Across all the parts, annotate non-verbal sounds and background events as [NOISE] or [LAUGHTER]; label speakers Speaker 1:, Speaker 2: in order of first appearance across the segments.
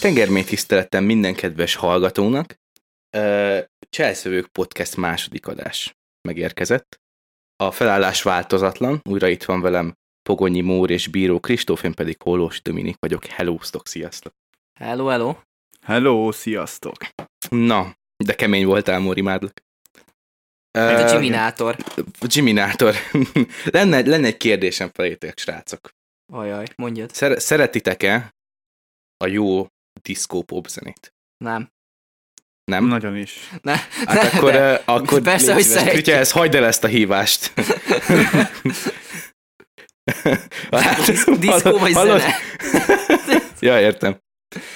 Speaker 1: Tengermély tiszteletem minden kedves hallgatónak. Ö, Cselszövők podcast második adás megérkezett. A felállás változatlan, újra itt van velem Pogonyi Mór és Bíró Kristóf, én pedig Hollós Dominik vagyok. Hello, sztok, sziasztok!
Speaker 2: Hello, hello.
Speaker 3: Hello, sziasztok!
Speaker 1: Na, de kemény voltál, Mór, imádlak.
Speaker 2: Mint a
Speaker 1: Ö,
Speaker 2: Giminátor.
Speaker 1: Giminátor. [LAUGHS] lenne, lenne egy kérdésem felétek, srácok.
Speaker 2: Ajaj, mondjad.
Speaker 1: Szer- szeretitek-e a jó diszkó pop zenét?
Speaker 2: Nem.
Speaker 1: Nem?
Speaker 3: Nagyon is.
Speaker 2: Ne,
Speaker 1: Hát
Speaker 2: ne,
Speaker 1: akkor,
Speaker 2: de.
Speaker 1: de. akkor
Speaker 2: Persze,
Speaker 1: légy
Speaker 2: hogy
Speaker 1: szíves,
Speaker 2: szeretjük.
Speaker 1: Kütya, ez hagyd el ezt a
Speaker 2: [LAUGHS]
Speaker 1: hívást. Hát,
Speaker 2: Diszkó vagy
Speaker 1: hallod?
Speaker 2: zene.
Speaker 1: [LAUGHS] ja, értem.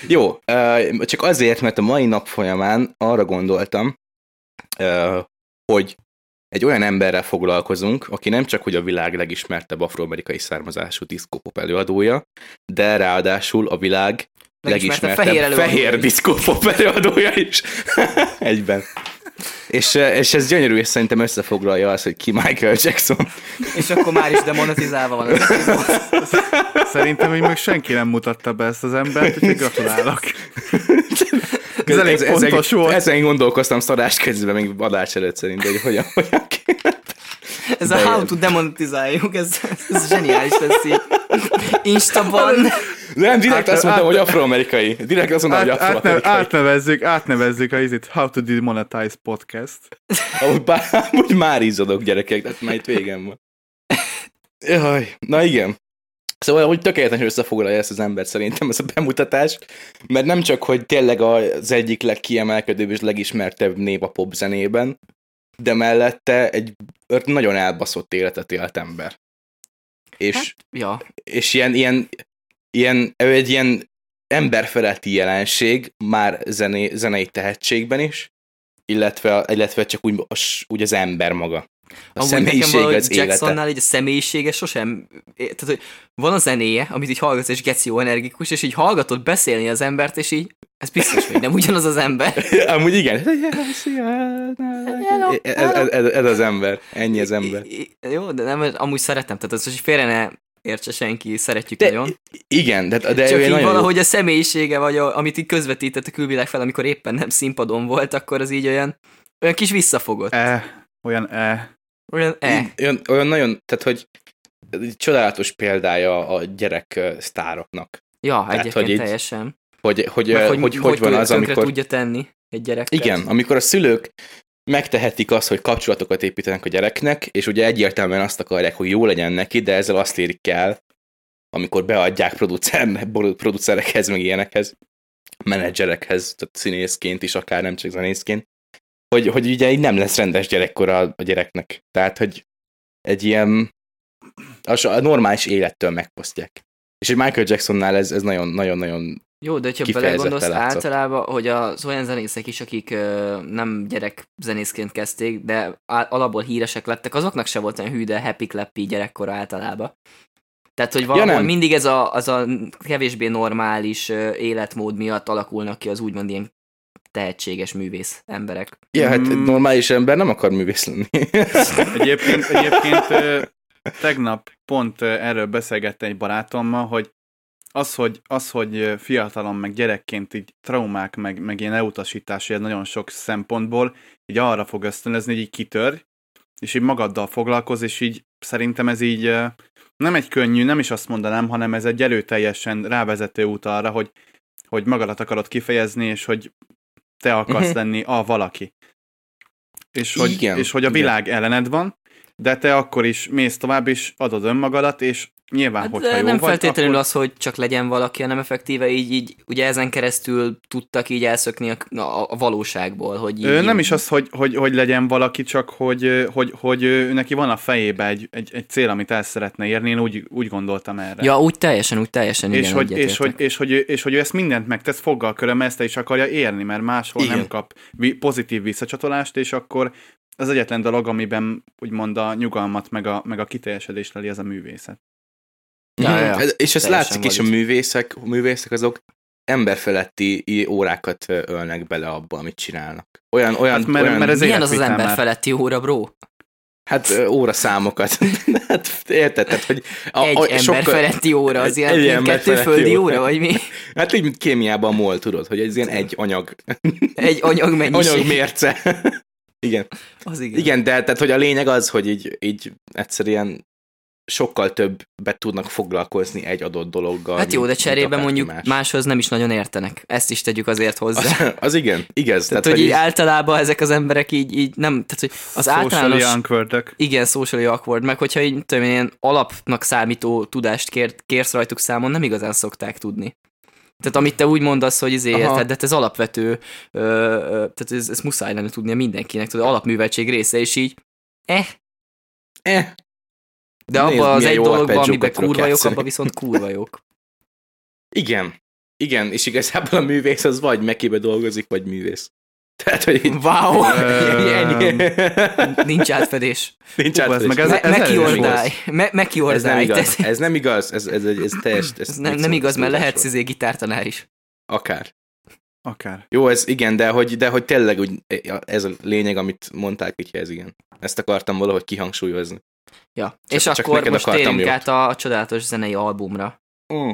Speaker 1: Jó, ö, csak azért, mert a mai nap folyamán arra gondoltam, eh, ö, hogy egy olyan emberrel foglalkozunk, aki nem csak hogy a világ legismertebb afroamerikai származású diszkópop előadója, de ráadásul a világ
Speaker 2: Legismertebb
Speaker 1: legismertebb fehér,
Speaker 2: előadó.
Speaker 1: fehér diszkópop előadója is. [LAUGHS] Egyben. És, eh, és ez gyönyörű, és szerintem összefoglalja azt, hogy ki Michael Jackson.
Speaker 2: És akkor már is demonetizálva van. Ez
Speaker 3: Szerintem még meg senki nem mutatta be ezt az embert, [LAUGHS] úgyhogy gratulálok. Ez elég pontos
Speaker 1: ezen,
Speaker 3: volt.
Speaker 1: Ezen gondolkoztam szarás közben, még adás előtt szerintem, hogy hogyan, hogyan kell.
Speaker 2: ez a
Speaker 1: De
Speaker 2: how
Speaker 1: ilyen.
Speaker 2: to demonetizáljuk, ez, ez zseniális lesz így. Instaban.
Speaker 1: Nem, direkt
Speaker 3: Át-
Speaker 1: azt mondtam,
Speaker 3: át-
Speaker 1: hogy afroamerikai. Direkt azt mondtam,
Speaker 3: Át,
Speaker 1: hogy
Speaker 3: átne,
Speaker 1: afroamerikai.
Speaker 3: átnevezzük, átnevezzük a izit How to Demonetize Podcast.
Speaker 1: Amúgy, bár, [LAUGHS] amúgy már izzadok gyerekek, tehát már itt végem van. Jaj, na igen. Szóval úgy tökéletesen összefoglalja ezt az embert szerintem ez a bemutatás, mert nem csak, hogy tényleg az egyik legkiemelkedőbb és legismertebb név a pop zenében, de mellette egy nagyon elbaszott életet élt ember. És
Speaker 2: Hát, Ja,
Speaker 1: és ilyen, ilyen, ilyen, ő egy ilyen emberfeletti jelenség már zené, zenei tehetségben is, illetve, illetve csak úgy, az, úgy az ember maga. A
Speaker 2: Amúgy
Speaker 1: személyiség
Speaker 2: nekem
Speaker 1: az
Speaker 2: az
Speaker 1: élete.
Speaker 2: Jacksonnál így a személyisége sosem, tehát hogy van a zenéje, amit így hallgatsz, és geci jó energikus, és így hallgatod beszélni az embert, és így, ez biztos, hogy nem ugyanaz az ember.
Speaker 1: [LAUGHS] Amúgy igen. [LAUGHS] Ez, ez, ez, ez az ember. Ennyi az ember.
Speaker 2: I- i- Jó, de nem, amúgy szeretem, tehát az, hogy félre ne értse senki, szeretjük
Speaker 1: De-
Speaker 2: nagyon.
Speaker 1: Igen, de, de
Speaker 2: Csak
Speaker 1: ő
Speaker 2: így
Speaker 1: nagyon jó-
Speaker 2: valahogy a személyisége, vagy a, amit így közvetített a külvilág fel, amikor éppen nem színpadon volt, akkor az így olyan, olyan kis visszafogott.
Speaker 3: E, olyan [LAUGHS] E.
Speaker 2: Olyan, eh.
Speaker 1: olyan, olyan nagyon, tehát hogy egy csodálatos példája a gyerek ö, sztároknak.
Speaker 2: Ja,
Speaker 1: Hát, hogy
Speaker 2: egyébként
Speaker 1: így-
Speaker 2: teljesen.
Speaker 1: Hogy hogy,
Speaker 2: Meg
Speaker 1: ö, hogy, hogy, hogy van
Speaker 2: tudja-
Speaker 1: az,
Speaker 2: tönkre
Speaker 1: amikor...
Speaker 2: tudja tenni egy gyerek.
Speaker 1: Igen, amikor a szülők megtehetik azt, hogy kapcsolatokat építenek a gyereknek, és ugye egyértelműen azt akarják, hogy jó legyen neki, de ezzel azt érik el, amikor beadják producer, [LAUGHS] producerekhez, meg ilyenekhez, menedzserekhez, tehát színészként is, akár nem csak zenészként, hogy, hogy ugye így nem lesz rendes gyerekkora a gyereknek. Tehát, hogy egy ilyen a, a normális élettől megfosztják. És egy Michael Jacksonnál ez, ez nagyon, nagyon, nagyon
Speaker 2: Jó, de ha
Speaker 1: Kifejezetten
Speaker 2: belegondolsz
Speaker 1: látszott.
Speaker 2: általában, hogy az olyan zenészek is, akik ö, nem gyerek zenészként kezdték, de á- alapból híresek lettek, azoknak se volt olyan hű, de happy clappy gyerekkora általában. Tehát, hogy valahol
Speaker 1: nem.
Speaker 2: mindig ez a, az a kevésbé normális ö, életmód miatt alakulnak ki az úgymond ilyen tehetséges művész emberek.
Speaker 1: Ja, hát egy
Speaker 3: Mm.
Speaker 1: normális ember nem akar művész lenni.
Speaker 3: Egyébként, egyébként ö, tegnap pont ö, erről beszélgettem egy barátommal, hogy az, hogy, az, hogy ö, fiatalon, meg gyerekként így traumák, meg, meg ilyen elutasítás, ilyen nagyon sok szempontból, így arra fog ösztönözni, hogy így kitör, és így magaddal foglalkoz, és így szerintem ez így ö, nem egy könnyű, nem is azt mondanám, hanem ez egy erőteljesen rávezető út arra, hogy, hogy magadat akarod kifejezni, és hogy te akarsz
Speaker 1: Mhm.
Speaker 3: lenni a valaki. És hogy,
Speaker 1: Igen,
Speaker 3: és hogy a
Speaker 1: igen.
Speaker 3: világ ellened van, de te akkor is mész tovább, és adod önmagadat, és nyilván,
Speaker 2: Hát,
Speaker 3: hogyha
Speaker 2: de
Speaker 3: jó
Speaker 2: nem
Speaker 3: vagy,
Speaker 2: feltétlenül
Speaker 3: akkor...
Speaker 2: az, hogy csak legyen valaki, hanem effektíve így, így ugye ezen keresztül tudtak így elszökni a, a, a valóságból, hogy így,
Speaker 3: Ö, Nem is az, hogy, hogy, hogy legyen valaki, csak hogy, ö, hogy, hogy ö, neki van a fejébe egy, egy, egy cél, amit el szeretne érni, én úgy, úgy gondoltam erre.
Speaker 2: Ja, úgy teljesen, úgy teljesen,
Speaker 3: és,
Speaker 2: igen,
Speaker 3: hogy, és,
Speaker 2: egyetértek.
Speaker 3: hogy, és, hogy, ő- és hogy ő ezt mindent megtesz foggal köröm, ezt is akarja érni, mert máshol
Speaker 1: Igen.
Speaker 3: Igen. nem kap vi- pozitív visszacsatolást, és akkor az egyetlen dolog, amiben úgymond a nyugalmat, meg a, meg a kiteljesedést leli, az a művészet.
Speaker 2: Ja,
Speaker 1: Mhm.
Speaker 2: ja, ja.
Speaker 1: Ez- És ez
Speaker 2: Teljesen
Speaker 1: látszik is, a
Speaker 2: valid.
Speaker 1: művészek, a művészek azok emberfeletti i- órákat ö, ölnek bele abba, amit csinálnak. Olyan, olyan,
Speaker 3: Hát mert-
Speaker 1: olyan
Speaker 3: mert ez-
Speaker 2: Milyen az az
Speaker 3: életvitel
Speaker 2: ember
Speaker 3: már.
Speaker 2: feletti óra, bro?
Speaker 1: Hát ö, óraszámokat. [LAUGHS] hát érted, tehát, hogy
Speaker 2: A, egy ember feletti óra, az
Speaker 1: egy-
Speaker 2: ilyen
Speaker 1: egy
Speaker 2: mint
Speaker 1: ember
Speaker 2: kettő
Speaker 1: feletti
Speaker 2: földi
Speaker 1: óra.
Speaker 2: óra, vagy mi?
Speaker 1: Hát így, mint kémiában a mol, tudod, hogy ez ilyen egy anyag,
Speaker 2: Egy anyag
Speaker 1: [LAUGHS] anyag
Speaker 2: mennyiség.
Speaker 1: mérce. [LAUGHS] igen.
Speaker 2: Az igen. igen.
Speaker 1: igen, de tehát, hogy a lényeg az, hogy így, így egyszerűen sokkal többet tudnak foglalkozni egy adott dologgal.
Speaker 2: Hát jó,
Speaker 1: mint-
Speaker 2: de
Speaker 1: mint
Speaker 2: cserébe
Speaker 1: akárki
Speaker 2: mondjuk
Speaker 1: más.
Speaker 2: más. máshoz nem is nagyon értenek. Ezt is tegyük azért hozzá. Tehát,
Speaker 1: Az, [LAUGHS] az igen, igaz. Tehát,
Speaker 2: hogy
Speaker 1: hogy
Speaker 2: így általában ezek az emberek így, így nem, tehát hogy az
Speaker 3: Socially
Speaker 2: általános...
Speaker 3: awkwardek.
Speaker 2: Igen, socially awkward, meg hogyha így, mit tudom, én, ilyen alapnak számító tudást kér, kérsz rajtuk számon, nem igazán szokták tudni. Tehát amit te úgy mondasz, hogy izé,
Speaker 1: Aha.
Speaker 2: érted, de hát ez alapvető, ö, ö, tehát ez, ez muszáj lenne tudnia mindenkinek, tudod, alapműveltség része, és így, eh,
Speaker 1: eh,
Speaker 2: de
Speaker 1: Nézd,
Speaker 2: abban az
Speaker 1: milyen
Speaker 2: egy
Speaker 1: jó
Speaker 2: dologban,
Speaker 1: arpeggiokat
Speaker 2: amiben
Speaker 1: tudok
Speaker 2: kurva jók,
Speaker 1: játszani.
Speaker 2: abban viszont kurva
Speaker 1: [LAUGHS]
Speaker 2: jók.
Speaker 1: igen, igen, és igazából a művész az vagy mekibe dolgozik, vagy művész. Tehát, hogy így,
Speaker 2: [LAUGHS] Wow!
Speaker 3: Ö,
Speaker 1: ennyi.
Speaker 2: Nincs átfedés.
Speaker 1: Nincs
Speaker 3: Hú, ez
Speaker 1: átfedés.
Speaker 3: meg
Speaker 2: Ez,
Speaker 3: Ez-
Speaker 2: me,
Speaker 3: ez
Speaker 2: meki
Speaker 3: elég
Speaker 2: ordály. Me, meki
Speaker 1: ez nem
Speaker 2: ordály.
Speaker 1: igaz,
Speaker 2: Ez,
Speaker 1: ez nem igaz, ez, ez, egy- ez teljes... Ez
Speaker 2: nem, nem
Speaker 1: szó-
Speaker 2: igaz,
Speaker 1: szólás
Speaker 2: mert lehetsz
Speaker 1: volt.
Speaker 2: izé gitártanár is.
Speaker 1: Akár.
Speaker 3: Akár.
Speaker 1: Jó, ez igen, de hogy, de hogy tényleg úgy, eh, ez a lényeg, amit mondták, hogy ez igen. Ezt akartam valahogy kihangsúlyozni.
Speaker 2: Ja. és
Speaker 1: csak
Speaker 2: akkor
Speaker 1: neked
Speaker 2: most
Speaker 1: akartam
Speaker 2: térjünk
Speaker 1: jót.
Speaker 2: át a, a csodálatos zenei albumra,
Speaker 1: Mm.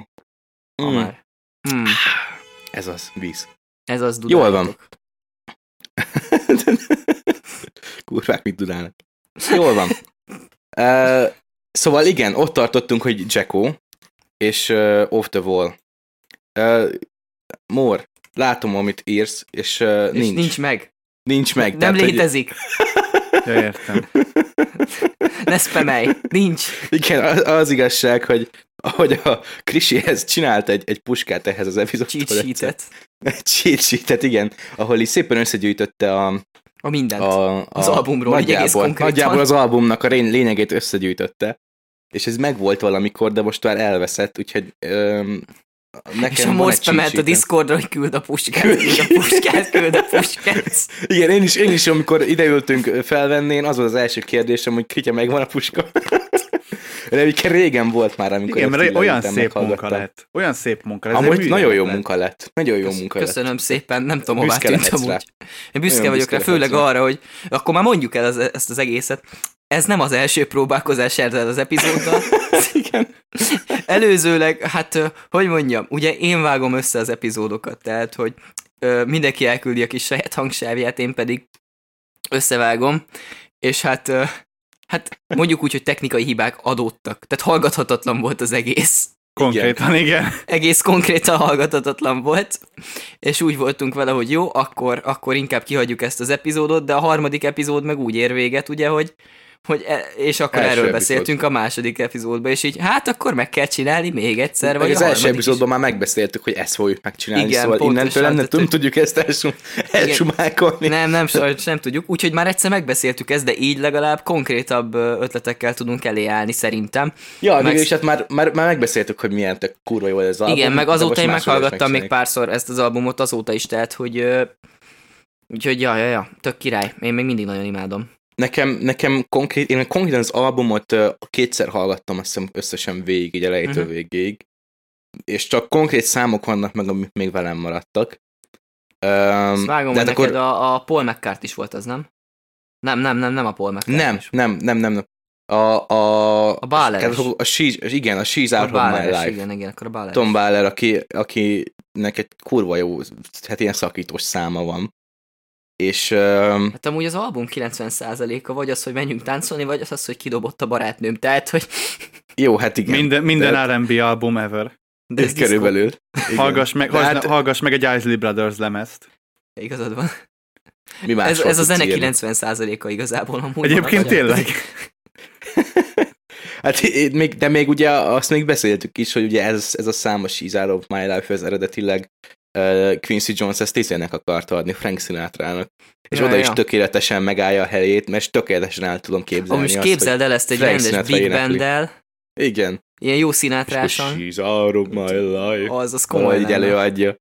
Speaker 2: ha már. Hmm.
Speaker 1: Ez az, víz.
Speaker 2: Ez az
Speaker 1: Jól
Speaker 2: dudáljátok.
Speaker 1: [LAUGHS] Kurvák, mit tudálnak. Jól [LAUGHS] van. Uh, szóval igen, ott tartottunk, hogy Jacko és uh, Off the Wall. Uh, Mór, látom, amit írsz, és, uh,
Speaker 2: És
Speaker 1: nincs,
Speaker 2: nincs meg.
Speaker 1: nincs meg.
Speaker 2: nem
Speaker 1: tehát, hogy-
Speaker 2: létezik.
Speaker 3: Ja, értem.
Speaker 2: Ne spamelj. Nincs.
Speaker 1: Igen, az, az igazság, hogy ahogy a Krisihez csinált egy, egy puskát ehhez az epizódhoz.
Speaker 2: Cheat sheetet.
Speaker 1: Egy [LAUGHS] cheat sheetet, igen, ahol így szépen összegyűjtötte a...
Speaker 2: A mindent. A...
Speaker 1: a, a
Speaker 2: Hát, Az albumról, így egész
Speaker 1: nagyjából,
Speaker 2: konkrétan.
Speaker 1: nagyjából az albumnak a rén- lényegét összegyűjtötte, és ez megvolt valamikor, de most már elveszett, úgyhogy öm, nekem
Speaker 2: És a
Speaker 1: van egy
Speaker 2: Morsz bement
Speaker 1: cheat
Speaker 2: a
Speaker 1: sheetem.
Speaker 2: Discordra, hogy küld a puskát, küld a puskát, küld a puskát.
Speaker 1: Igen, én is, én is, amikor ideültünk felvenni, én az volt az első kérdésem, hogy kitya megvan a puska. [LAUGHS] De egyébként régen volt már, amikor
Speaker 3: Igen,
Speaker 1: ezt
Speaker 3: mert
Speaker 1: így
Speaker 3: olyan
Speaker 1: leültem,
Speaker 3: szép munka
Speaker 1: meghallgattam.
Speaker 3: lett. Olyan szép munka lett. Ez egy
Speaker 1: Amúgy
Speaker 3: művészet
Speaker 1: nagyon jó
Speaker 3: lett.
Speaker 1: munka lett. Nagyon jó munka lett.
Speaker 2: Köszönöm szépen, nem tudom, hová
Speaker 1: Büszke
Speaker 2: tűnt
Speaker 1: lehetsz rá.
Speaker 2: amúgy. Én büszke
Speaker 1: Nagyon
Speaker 2: vagyok
Speaker 1: büszke
Speaker 2: rá, főleg
Speaker 1: lehetsz rá.
Speaker 2: arra, hogy akkor már mondjuk el az, ezt az egészet. Ez nem az első próbálkozás ezzel az epizóddal.
Speaker 1: [LAUGHS] Igen.
Speaker 2: Előzőleg, hát ö, hogy mondjam, ugye én vágom össze az epizódokat, tehát hogy ö, mindenki elküldi a kis saját hangsávját, én pedig összevágom, és hát, ö, hát mondjuk úgy, hogy technikai hibák adódtak, tehát hallgathatatlan volt az egész
Speaker 3: Konkrétan, igen.
Speaker 2: egész konkrétan hallgatatatlan volt, és úgy voltunk vele, hogy jó, akkor, akkor inkább kihagyjuk ezt az epizódot, de a harmadik epizód meg úgy ér véget, ugye, hogy, hogy e- és akkor
Speaker 1: Első
Speaker 2: erről
Speaker 1: epizód.
Speaker 2: beszéltünk a második epizódban, és így hát akkor meg kell csinálni még egyszer, vagy
Speaker 1: Meg az
Speaker 2: a
Speaker 1: első
Speaker 2: harmadik is.
Speaker 1: epizódban már megbeszéltük, hogy ezt fogjuk megcsinálni,
Speaker 2: Igen,
Speaker 1: Igen, szóval
Speaker 2: pontosan,
Speaker 1: innentől nem, nem
Speaker 2: tehát, hogy-
Speaker 1: tudjuk ezt elsum, elsumákolni.
Speaker 2: Nem, nem, sajnos nem tudjuk. Úgyhogy már egyszer megbeszéltük ezt, de így legalább konkrétabb ö, ötletekkel tudunk elé állni szerintem.
Speaker 1: Ja,
Speaker 2: Meg-
Speaker 1: meg... és hát már, már, már megbeszéltük, hogy milyen tök kurva jó ez az album.
Speaker 2: Igen, meg
Speaker 1: de
Speaker 2: azóta
Speaker 1: most
Speaker 2: én
Speaker 1: máshogy is
Speaker 2: meghallgattam még
Speaker 1: megcsináljuk.
Speaker 2: párszor ezt az albumot, azóta is, tehát, hogy... ö, Úgyhogy ja, ja, ja, tök király. Én még mindig nagyon imádom.
Speaker 1: Nekem, nekem konkrét, én konkrétan az albumot ö, kétszer hallgattam, azt hiszem összesen végig, így elejétől
Speaker 2: Mhm.
Speaker 1: uh-huh. végig, és csak konkrét számok vannak meg, amik még velem maradtak. Um,
Speaker 2: Azt vágom,
Speaker 1: hát
Speaker 2: hogy neked a, a Paul McCart is volt az, nem? Nem, nem, nem, nem a Paul McCart
Speaker 1: Nem, Hát
Speaker 2: Is.
Speaker 1: nem, nem, nem, nem. A, a,
Speaker 2: A Báleres.
Speaker 1: kedves hallgatók, A she's, igen, a She's
Speaker 2: A
Speaker 1: Out of My
Speaker 2: Balleres,
Speaker 1: Life.
Speaker 2: igen, igen, akkor a Balleres.
Speaker 1: Tom Báler, aki, akinek egy kurva jó, hát ilyen szakítós száma van. És öm,
Speaker 2: Hát amúgy az album 90%-a vagy az, hogy menjünk táncolni, vagy az az, hogy kidobott a barátnőm. Tehát, hogy [LAUGHS]
Speaker 1: jó, hát igen.
Speaker 3: [LAUGHS] Minden,
Speaker 1: De-
Speaker 3: minden R&B album ever.
Speaker 2: de
Speaker 1: ez
Speaker 2: ez diszkó.
Speaker 1: körülbelül. Igen.
Speaker 3: Hallgass meg,
Speaker 1: De
Speaker 3: hát...
Speaker 1: hát-
Speaker 3: hallgass meg egy Isley Brothers lemezt.
Speaker 2: Igazad van.
Speaker 1: Mi
Speaker 2: Ez,
Speaker 1: másról
Speaker 2: ez a
Speaker 1: tudsz
Speaker 2: zene
Speaker 1: írni?
Speaker 2: 90%-a igazából amúgy.
Speaker 3: Egyébként
Speaker 2: annak, hogy-
Speaker 3: tényleg. [LAUGHS]
Speaker 1: Hát, i- még, de még ugye azt még beszéltük is, hogy ugye ez, ez a szám a She's Out of My Life, ez eredetileg ö, Quincy Jones ezt Tiszének akarta adni, Frank Sinatra-nak. És
Speaker 2: Ja,
Speaker 1: oda is
Speaker 2: ja.
Speaker 1: tökéletesen megállja a helyét, mert tökéletesen el tudom képzelni
Speaker 2: Amúgy most
Speaker 1: azt, hogy...
Speaker 2: képzeld el ezt egy
Speaker 1: Frank
Speaker 2: rendes
Speaker 1: Sinatra
Speaker 2: big
Speaker 1: énekli.
Speaker 2: banddel,
Speaker 1: Igen.
Speaker 2: ilyen jó
Speaker 1: És akkor
Speaker 2: színátrásan.
Speaker 1: She's out of my life.
Speaker 2: Az, az
Speaker 1: Komoly
Speaker 2: komoly
Speaker 1: így
Speaker 2: lenne.
Speaker 1: előadja.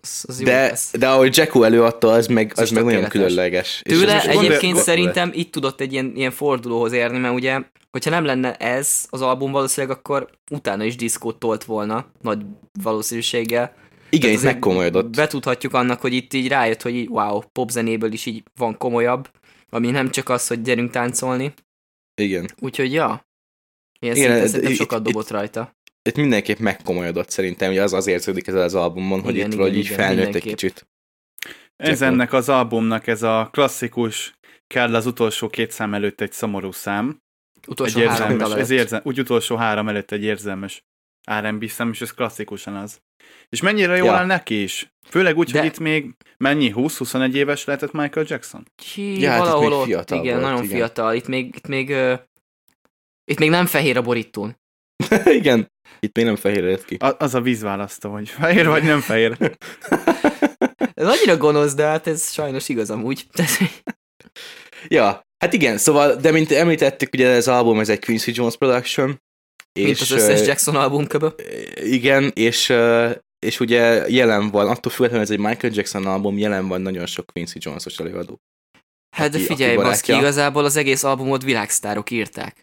Speaker 2: Az, az jó
Speaker 1: De,
Speaker 2: lesz.
Speaker 1: de ahogy Jacko előadta, az meg,
Speaker 2: Az
Speaker 1: az
Speaker 2: is
Speaker 1: meg nagyon
Speaker 2: tökéletes.
Speaker 1: különleges. És
Speaker 2: Tőle
Speaker 1: az is-
Speaker 2: egyébként
Speaker 3: gondolom-
Speaker 2: szerintem itt tudott egy ilyen, ilyen fordulóhoz érni, mert ugye, hogyha nem lenne ez az album valószínűleg, akkor utána is diszkót tolt volna, nagy valószínűséggel.
Speaker 1: Igen,
Speaker 2: Tehát
Speaker 1: itt
Speaker 2: azért
Speaker 1: megkomolyodott.
Speaker 2: Betudhatjuk annak, hogy itt így rájött, hogy így, wow, popzenéből is így van komolyabb, ami nem csak az, hogy gyerünk táncolni,
Speaker 1: Igen.
Speaker 2: Úgyhogy ja,
Speaker 1: Igen,
Speaker 2: ilyen szinten
Speaker 1: de
Speaker 2: szerintem
Speaker 1: itt-
Speaker 2: sokat
Speaker 1: itt-
Speaker 2: dobott rajta.
Speaker 1: Itt mindenképp megkomolyodott szerintem, hogy az az érződik ezzel az albumon, hogy
Speaker 2: Igen,
Speaker 1: itt
Speaker 2: igen,
Speaker 1: valahogy így
Speaker 2: igen,
Speaker 1: felnőtt egy
Speaker 2: mindenképp.
Speaker 1: kicsit. [LAUGHS]
Speaker 3: Ez
Speaker 1: Gyakorlat.
Speaker 3: ennek az albumnak ez a klasszikus kell az utolsó két szám előtt egy szomorú szám.
Speaker 2: Utolsó
Speaker 3: egy
Speaker 2: három
Speaker 3: érzelmes,
Speaker 2: dal
Speaker 3: ez
Speaker 2: előtt.
Speaker 3: érzel, úgy utolsó három előtt egy érzelmes R&B szám, és ez klasszikusan az. És mennyire jól
Speaker 1: Ja.
Speaker 3: áll neki is. Főleg úgy,
Speaker 2: De-
Speaker 3: hogy itt még mennyi, 20-21 éves lehetett Michael Jackson?
Speaker 1: Ja,
Speaker 2: Ki, ja,
Speaker 1: hát itt
Speaker 2: valahol
Speaker 1: még
Speaker 2: ott,
Speaker 1: fiatal
Speaker 2: igen,
Speaker 1: volt,
Speaker 2: nagyon
Speaker 1: igen.
Speaker 2: fiatal. Itt még, itt még, ö, itt még nem fehér a borítón.
Speaker 1: igen. Itt még nem fehéredett ki.
Speaker 3: A, az a vízválasztó, hogy fehér vagy nem fehér.
Speaker 2: Ez annyira gonosz, de hát ez sajnos igaz amúgy. [LAUGHS]
Speaker 1: Ja, hát igen, szóval, de mint említettük, ugye ez az album, ez egy Quincy Jones production.
Speaker 2: Mint az összes
Speaker 1: ö,
Speaker 2: Jackson album köbö.
Speaker 1: Igen, és, ö, és ugye jelen van, attól függetlenül ez egy Michael Jackson album, jelen van nagyon sok Quincy Jones-os előadó.
Speaker 2: Hát de
Speaker 1: aki- aki
Speaker 2: figyelj, baszki,
Speaker 1: barátja.
Speaker 2: igazából az egész albumot világsztárok írták.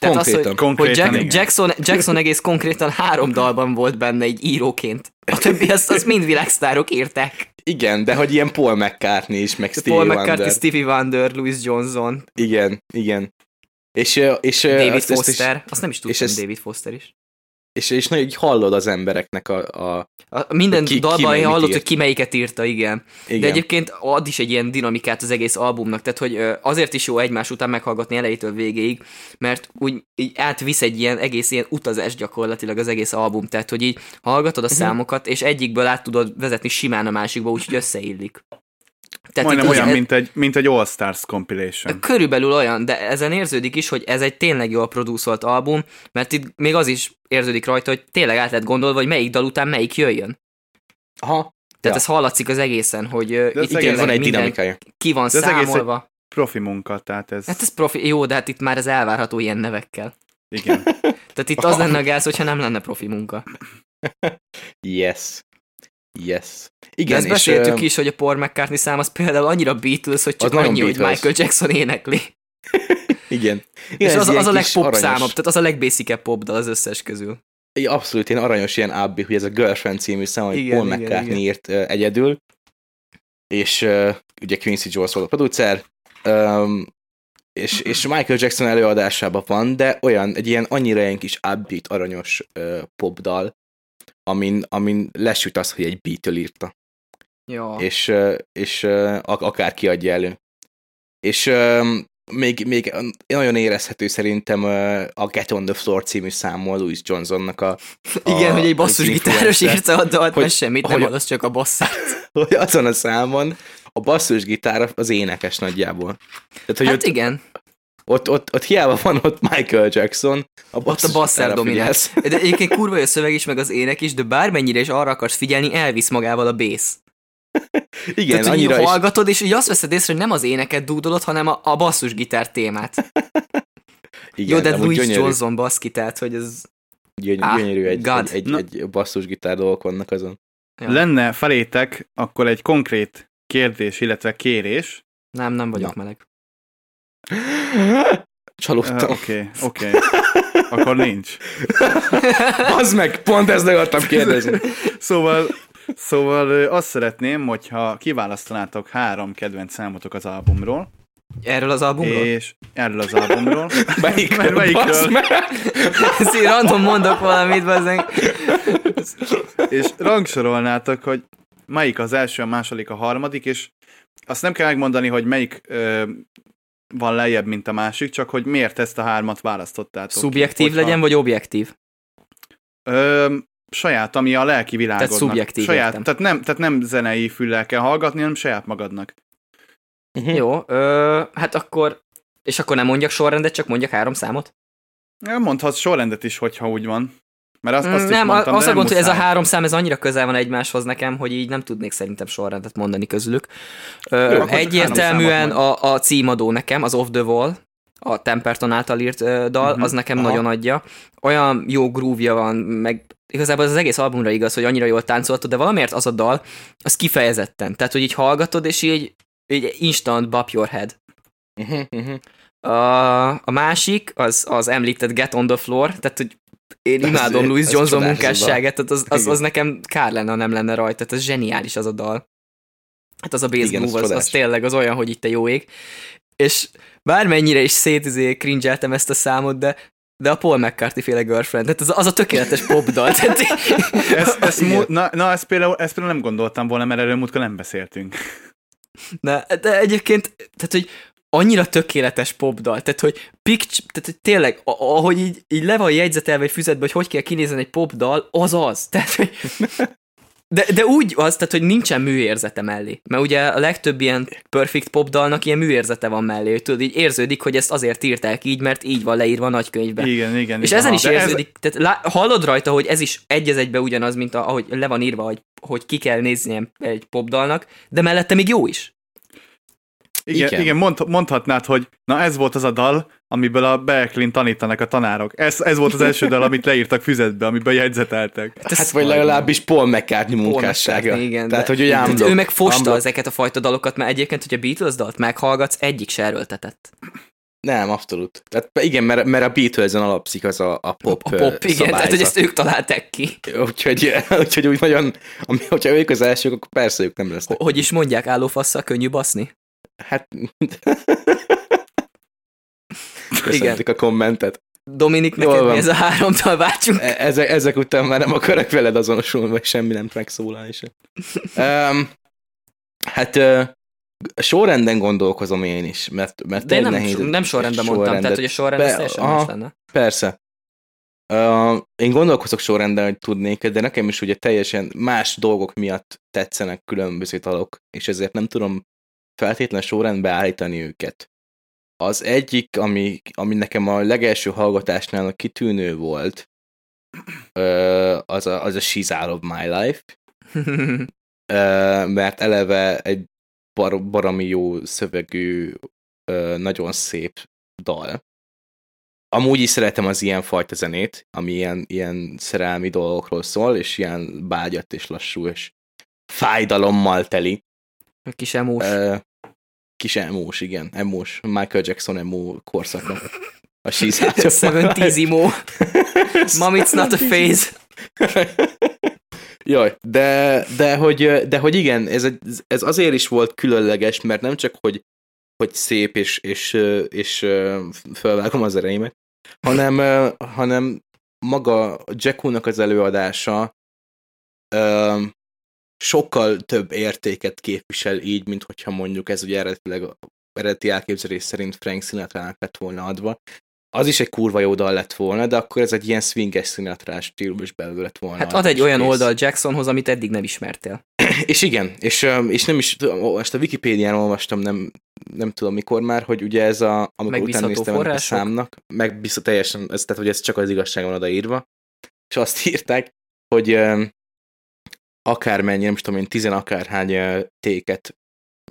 Speaker 2: Tehát az,
Speaker 1: Konkrétan.
Speaker 2: hogy, hogy
Speaker 3: Konkrétan
Speaker 2: Jack,
Speaker 3: igen.
Speaker 2: Jackson, Jackson egész konkrétan három dalban volt benne így íróként. A többi azt, azt mind világsztárok írták.
Speaker 1: Igen, de hogy ilyen Paul McCartney is, meg Stevie
Speaker 2: Paul
Speaker 1: Wonder.
Speaker 2: McCartney, Stevie Wonder, Louis Johnson,
Speaker 1: Igen, igen. És, ö, és, ö,
Speaker 2: David
Speaker 1: azt- azt is-
Speaker 2: Foster. Azt nem is tudtam,
Speaker 1: ezt-
Speaker 2: David Foster is.
Speaker 1: és, és nagyon így hallod az embereknek a... a
Speaker 2: A, minden
Speaker 1: Ki- ki
Speaker 2: ki, dalban
Speaker 1: melyik
Speaker 2: ki hallott,
Speaker 1: írt.
Speaker 2: hogy ki melyiket írta, igen. igen.
Speaker 1: igen.
Speaker 2: De egyébként ad is egy ilyen dinamikát az egész albumnak, tehát hogy ö, azért is jó egymás után meghallgatni elejétől végéig, mert úgy így átvisz egy ilyen egész ilyen utazás gyakorlatilag az egész album, tehát hogy így hallgatod a
Speaker 3: Mhm.
Speaker 2: számokat, és egyikből át tudod vezetni simán a másikba, úgyhogy összeillik. Tehát
Speaker 3: Majdnem
Speaker 2: itt az-
Speaker 3: olyan,
Speaker 2: ez-
Speaker 3: mint egy, mint egy All Stars compilation.
Speaker 2: Körülbelül olyan, de ezen érződik is, hogy ez egy tényleg jól producolt album, mert itt még az is érződik rajta, hogy tényleg át lett gondolva, hogy melyik dal után melyik jöjjön.
Speaker 1: Aha,
Speaker 2: Tehát
Speaker 1: Ja.
Speaker 2: ez hallatszik az egészen, hogy ö,
Speaker 3: De az
Speaker 2: itt
Speaker 3: egész
Speaker 1: igen,
Speaker 2: tényleg
Speaker 1: van egy
Speaker 2: minden
Speaker 1: dinamikája.
Speaker 2: ki van
Speaker 3: De az egész
Speaker 2: számolva. Egész,
Speaker 3: Profi munka, tehát ez...
Speaker 2: Hát ez profi, jó, de hát itt már ez elvárható ilyen nevekkel.
Speaker 3: Igen.
Speaker 2: Tehát itt az lenne a gáz, hogyha nem lenne profi munka.
Speaker 1: Yes. Yes.
Speaker 2: Igen,
Speaker 1: Igen,
Speaker 2: ezt beszéltük
Speaker 1: ö,
Speaker 2: is, hogy a Paul McCartney szám az például annyira Beatles, hogy csak
Speaker 1: nagyon
Speaker 2: annyi, hogy
Speaker 1: Beatles.
Speaker 2: Michael Jackson énekli.
Speaker 1: Igen.
Speaker 2: És
Speaker 1: ez
Speaker 2: az,
Speaker 1: ilyen
Speaker 2: az a
Speaker 1: kis
Speaker 2: legpop
Speaker 1: aranyos.
Speaker 2: számabb, tehát az a legbasicebb popdal az összes közül.
Speaker 1: Egy abszolút ilyen aranyos, ilyen ábbi, hogy ez a Girlfriend című szám, amit
Speaker 2: Igen,
Speaker 1: Paul
Speaker 2: igen,
Speaker 1: McCartney
Speaker 2: igen.
Speaker 1: írt ö, egyedül, és ö, ugye Quincy Jones volt a producer, öm, és,
Speaker 2: Mhm.
Speaker 1: és Michael Jackson előadásában van, de olyan, egy ilyen annyira ilyen kis upbeat, aranyos ö, popdal, amin, amin lesüt az, hogy egy beat írta,
Speaker 2: Ja.
Speaker 1: és, ö, és ö, ak- akár kiadja elő. És öm, még, még nagyon érezhető szerintem ö, a Get on the Floor című számmal Louis Johnsonnak a
Speaker 2: [LAUGHS] [LAUGHS] Igen,
Speaker 1: a-
Speaker 2: hogy egy
Speaker 1: az
Speaker 2: basszusgitáros
Speaker 1: influencer.
Speaker 2: írta a dalt,
Speaker 1: Hogy-
Speaker 2: mert semmit
Speaker 1: hogy-
Speaker 2: nem ad, az csak a basszát.
Speaker 1: [LAUGHS] hogy azon a számon a basszusgitár az énekes nagyjából. Tehát, hogy
Speaker 2: Hát
Speaker 1: hát ott,
Speaker 2: igen,
Speaker 1: ott, ott, ott, hiába van ott Michael Jackson, a
Speaker 2: ott a basszár
Speaker 1: basszusgitára
Speaker 2: dominál.
Speaker 1: figyelsz.
Speaker 2: De egyébként kurva jó a szöveg is, meg az ének is, de bármennyire is arra akarsz figyelni, elvisz magával a bass.
Speaker 1: Igen,
Speaker 2: [LAUGHS] Tehát,
Speaker 1: annyira
Speaker 2: hogy így
Speaker 1: is.
Speaker 2: hallgatod, és így azt veszed észre, hogy nem az éneket dúdolod, hanem a, a basszusgitár témát.
Speaker 1: Igen,
Speaker 2: Igen, Jó, de
Speaker 1: amúgy
Speaker 2: Louis
Speaker 1: gyönyörű,
Speaker 2: Johnson baszki, tehát, hogy ez...
Speaker 1: gyöny-
Speaker 2: Ah,
Speaker 1: gyönyörű egy,
Speaker 2: God.
Speaker 1: egy,
Speaker 3: Na.
Speaker 1: egy, egy basszusgitár dolgok vannak azon.
Speaker 2: [LAUGHS] Ja.
Speaker 3: Lenne felétek akkor egy konkrét kérdés, illetve kérés,
Speaker 2: Nem, nem vagyok
Speaker 1: Na.
Speaker 2: meleg.
Speaker 3: Ö,
Speaker 2: [LAUGHS]
Speaker 1: Csalódtam.
Speaker 3: Oké, oké. Akkor nincs.
Speaker 1: Az meg, pont ezt
Speaker 2: [LAUGHS]
Speaker 1: akartam kérdezni.
Speaker 3: Szóval, szóval ö, azt szeretném, hogyha kiválasztanátok három kedvenc számotok az albumról,
Speaker 2: Erről az albumról? É...
Speaker 3: és erről az albumról.
Speaker 1: Melyikről?
Speaker 3: Melyikről?
Speaker 1: Melyikről? Meg?
Speaker 2: [LAUGHS] Ezt így random mondok valamit, bazen.
Speaker 3: és rangsorolnátok, hogy melyik az első, a második, a harmadik, és azt nem kell megmondani, hogy melyik ö, van lejjebb, mint a másik, csak hogy miért ezt a hármat választottátok.
Speaker 2: Szubjektív
Speaker 3: Hogyha-
Speaker 2: legyen, vagy objektív?
Speaker 3: Ö, saját, ami a lelki világodnak.
Speaker 2: szubjektív,
Speaker 3: saját,
Speaker 2: értem.
Speaker 3: tehát nem, tehát nem zenei füllel kell hallgatni, hanem saját magadnak.
Speaker 2: Jó, ö, hát akkor... És akkor nem mondjak sorrendet, csak mondjak három számot?
Speaker 3: Ja, Mondhatsz sorrendet is, hogyha úgy van. Mert azt, azt
Speaker 2: Mm,
Speaker 3: is
Speaker 2: nem,
Speaker 3: mondtam,
Speaker 2: mondtam, az
Speaker 3: de
Speaker 2: a
Speaker 3: nem
Speaker 2: gond, hogy ez a
Speaker 3: muszáj.
Speaker 2: három szám, ez annyira közel van egymáshoz nekem, hogy így nem tudnék szerintem sorrendet mondani közülük. Ö,
Speaker 3: Jó, akkor csak három
Speaker 2: egyértelműen
Speaker 3: számot
Speaker 2: a, a címadó nekem, az Off the Wall, a Temperton által írt ö, dal,
Speaker 3: Mhm,
Speaker 2: az nekem
Speaker 1: aha.
Speaker 2: nagyon adja. Olyan jó grúvja van, meg igazából ez az egész albumra igaz, hogy annyira jól táncoltad, de valamiért az a dal, az kifejezetten. Tehát, hogy így hallgatod, és így, így instant bop your head.
Speaker 1: Mhm, mhm.
Speaker 2: A, a másik, az, az említett Get on the Floor, tehát hogy én
Speaker 1: Ez-
Speaker 2: imádom Louis
Speaker 1: ez
Speaker 2: Johnson
Speaker 1: csodás az a dal.
Speaker 2: munkásságát, tehát az, az,
Speaker 1: Igen.
Speaker 2: az nekem kár lenne, ha nem lenne rajta, tehát ez zseniális az a dal. Hát az a bass
Speaker 1: Igen, az
Speaker 2: groove, az, az
Speaker 1: csodás.
Speaker 2: tényleg az olyan, hogy itt a jó ég. és bármennyire is szétizé cringeltem ezt a számot, de de a Paul McCarthy féle girlfriend, tehát az, az a tökéletes popdal. Tehát,
Speaker 3: Ez, ez
Speaker 2: Igen.
Speaker 3: mú, na, na ezt, például, ezt például nem gondoltam volna, mert erről múltkor nem beszéltünk.
Speaker 2: Na, de egyébként, tehát, hogy annyira tökéletes popdal, tehát, hogy picture, tehát, hogy tényleg, a- ahogy így, így le van jegyzetelve egy füzetbe, hogy hogy kell kinézni egy popdal, az az. Tehát, hogy [LAUGHS] de, de úgy az, tehát, hogy nincsen műérzete mellé. Mert ugye a legtöbb ilyen perfect popdalnak ilyen műérzete van mellé, hogy tudod, így érződik, hogy ezt azért írták így, mert így van leírva a nagykönyvben.
Speaker 3: Igen, igen.
Speaker 2: És
Speaker 3: igen.
Speaker 2: ezen
Speaker 3: Aha,
Speaker 2: is
Speaker 3: de
Speaker 2: érződik, tehát lá, hallod rajta, hogy ez is egy az egybe ugyanaz, mint a, ahogy le van írva, hogy, hogy ki kell néznie egy popdalnak, de mellette még jó is.
Speaker 3: Ez, igen,
Speaker 1: Igen.
Speaker 3: igen. igen mond, mondhatnád, hogy na ez volt az a dal, amiből a Berklin tanítanak a tanárok. Ez, ez volt az első dal, amit leírták füzetbe, amiből jegyzeteltek.
Speaker 2: ez
Speaker 1: Hát vagy legalábbis Paul McCartney
Speaker 2: Paul
Speaker 1: munkássága.
Speaker 2: McCartney, Igen,
Speaker 1: Tehát,
Speaker 2: de-
Speaker 1: hogy ugye
Speaker 2: tehát
Speaker 1: ámblok,
Speaker 2: ő meg fosta
Speaker 1: ámblok.
Speaker 2: ezeket a fajta dalokat, mert egyébként, hogyha Beatles dalt meghallgatsz, egyik se erőltetett.
Speaker 1: Nem, abszolút. Tehát igen, mert, mert a beatles alapszik az a, a pop,
Speaker 2: A pop, igen, tehát hogy ezt ők találták ki.
Speaker 1: Úgyhogy, [LAUGHS] úgyhogy úgy nagyon, ami, hogyha ők az elsők, akkor persze ők nem lesznek.
Speaker 2: H- Hogy is mondják, állófasszal könnyű baszni?
Speaker 1: Hát... Köszönjük a kommentet.
Speaker 2: Dominik,
Speaker 1: Jól
Speaker 2: neked mi
Speaker 1: van.
Speaker 2: ez a három dal váltsunk?
Speaker 1: E- Ezek, ezek után már nem akarok veled azonosulni, vagy semmi nem megszólalni sem. Um, hát uh, sorrenden gondolkozom én is, mert, mert
Speaker 2: De én
Speaker 1: tényleg
Speaker 2: nem,
Speaker 1: nehéz.
Speaker 2: nem sorrendben mondtam,
Speaker 1: sorrendet.
Speaker 2: tehát hogy a sorrend az
Speaker 1: Be-
Speaker 2: teljesen
Speaker 1: aha.
Speaker 2: más lenne. [LAUGHS]
Speaker 1: Persze. Uh, én gondolkozok sorrendben, hogy tudnék, de nekem is ugye teljesen más dolgok miatt tetszenek különböző dalok, és ezért nem tudom feltétlen sorrendbe állítani őket. Az egyik, ami, ami nekem a legelső hallgatásnál a kitűnő volt, ö, az a, az a She's Out of My Life, ö, mert eleve egy bar- baromi jó szövegű, ö, nagyon szép dal. Amúgy is szeretem az ilyen fajta zenét, ami ilyen, ilyen szerelmi dolgokról szól, és ilyen bágyat és lassú, és fájdalommal teli.
Speaker 2: A Kis emós. [LAUGHS]
Speaker 1: Ö, kis emós, igen, emós. Michael Jackson emó korszaknak.
Speaker 2: [LAUGHS]
Speaker 1: A She's Out of My Life.
Speaker 2: 7
Speaker 1: [LAUGHS]
Speaker 2: imó. Mom, it's not a phase.
Speaker 1: [LAUGHS] Jaj, de, de, hogy, de hogy igen, ez, egy- ez azért is volt különleges, mert nem csak, hogy, hogy szép és, és, ö, és ö, felvágom az ereimet, hanem, ö, hanem maga Jacku-nak az előadása ö, sokkal több értéket képvisel így, mint hogyha mondjuk ez ugye eredetileg eredeti elképzelés szerint Frank sinatra lett volna adva. Az is egy kurva jó dal lett volna, de akkor ez egy ilyen swinges Sinatra stílus is belőle lett volna.
Speaker 2: Hát ad egy
Speaker 1: és
Speaker 2: olyan
Speaker 1: kész.
Speaker 2: oldal Jacksonhoz, amit eddig nem ismertél.
Speaker 1: És igen, és, öm, és nem is, tudom, ó, ezt a Wikipédián olvastam, nem, nem tudom mikor már, hogy ugye ez a, amikor utána
Speaker 2: Megbízható
Speaker 1: néztem ennek a
Speaker 2: források?
Speaker 1: számnak, megbízható teljesen, ez, tehát hogy ez csak az igazság van odaírva, és azt [LAUGHS] írták, hogy öm, akármennyi, nem is tudom én, tizen akárhány ö, téket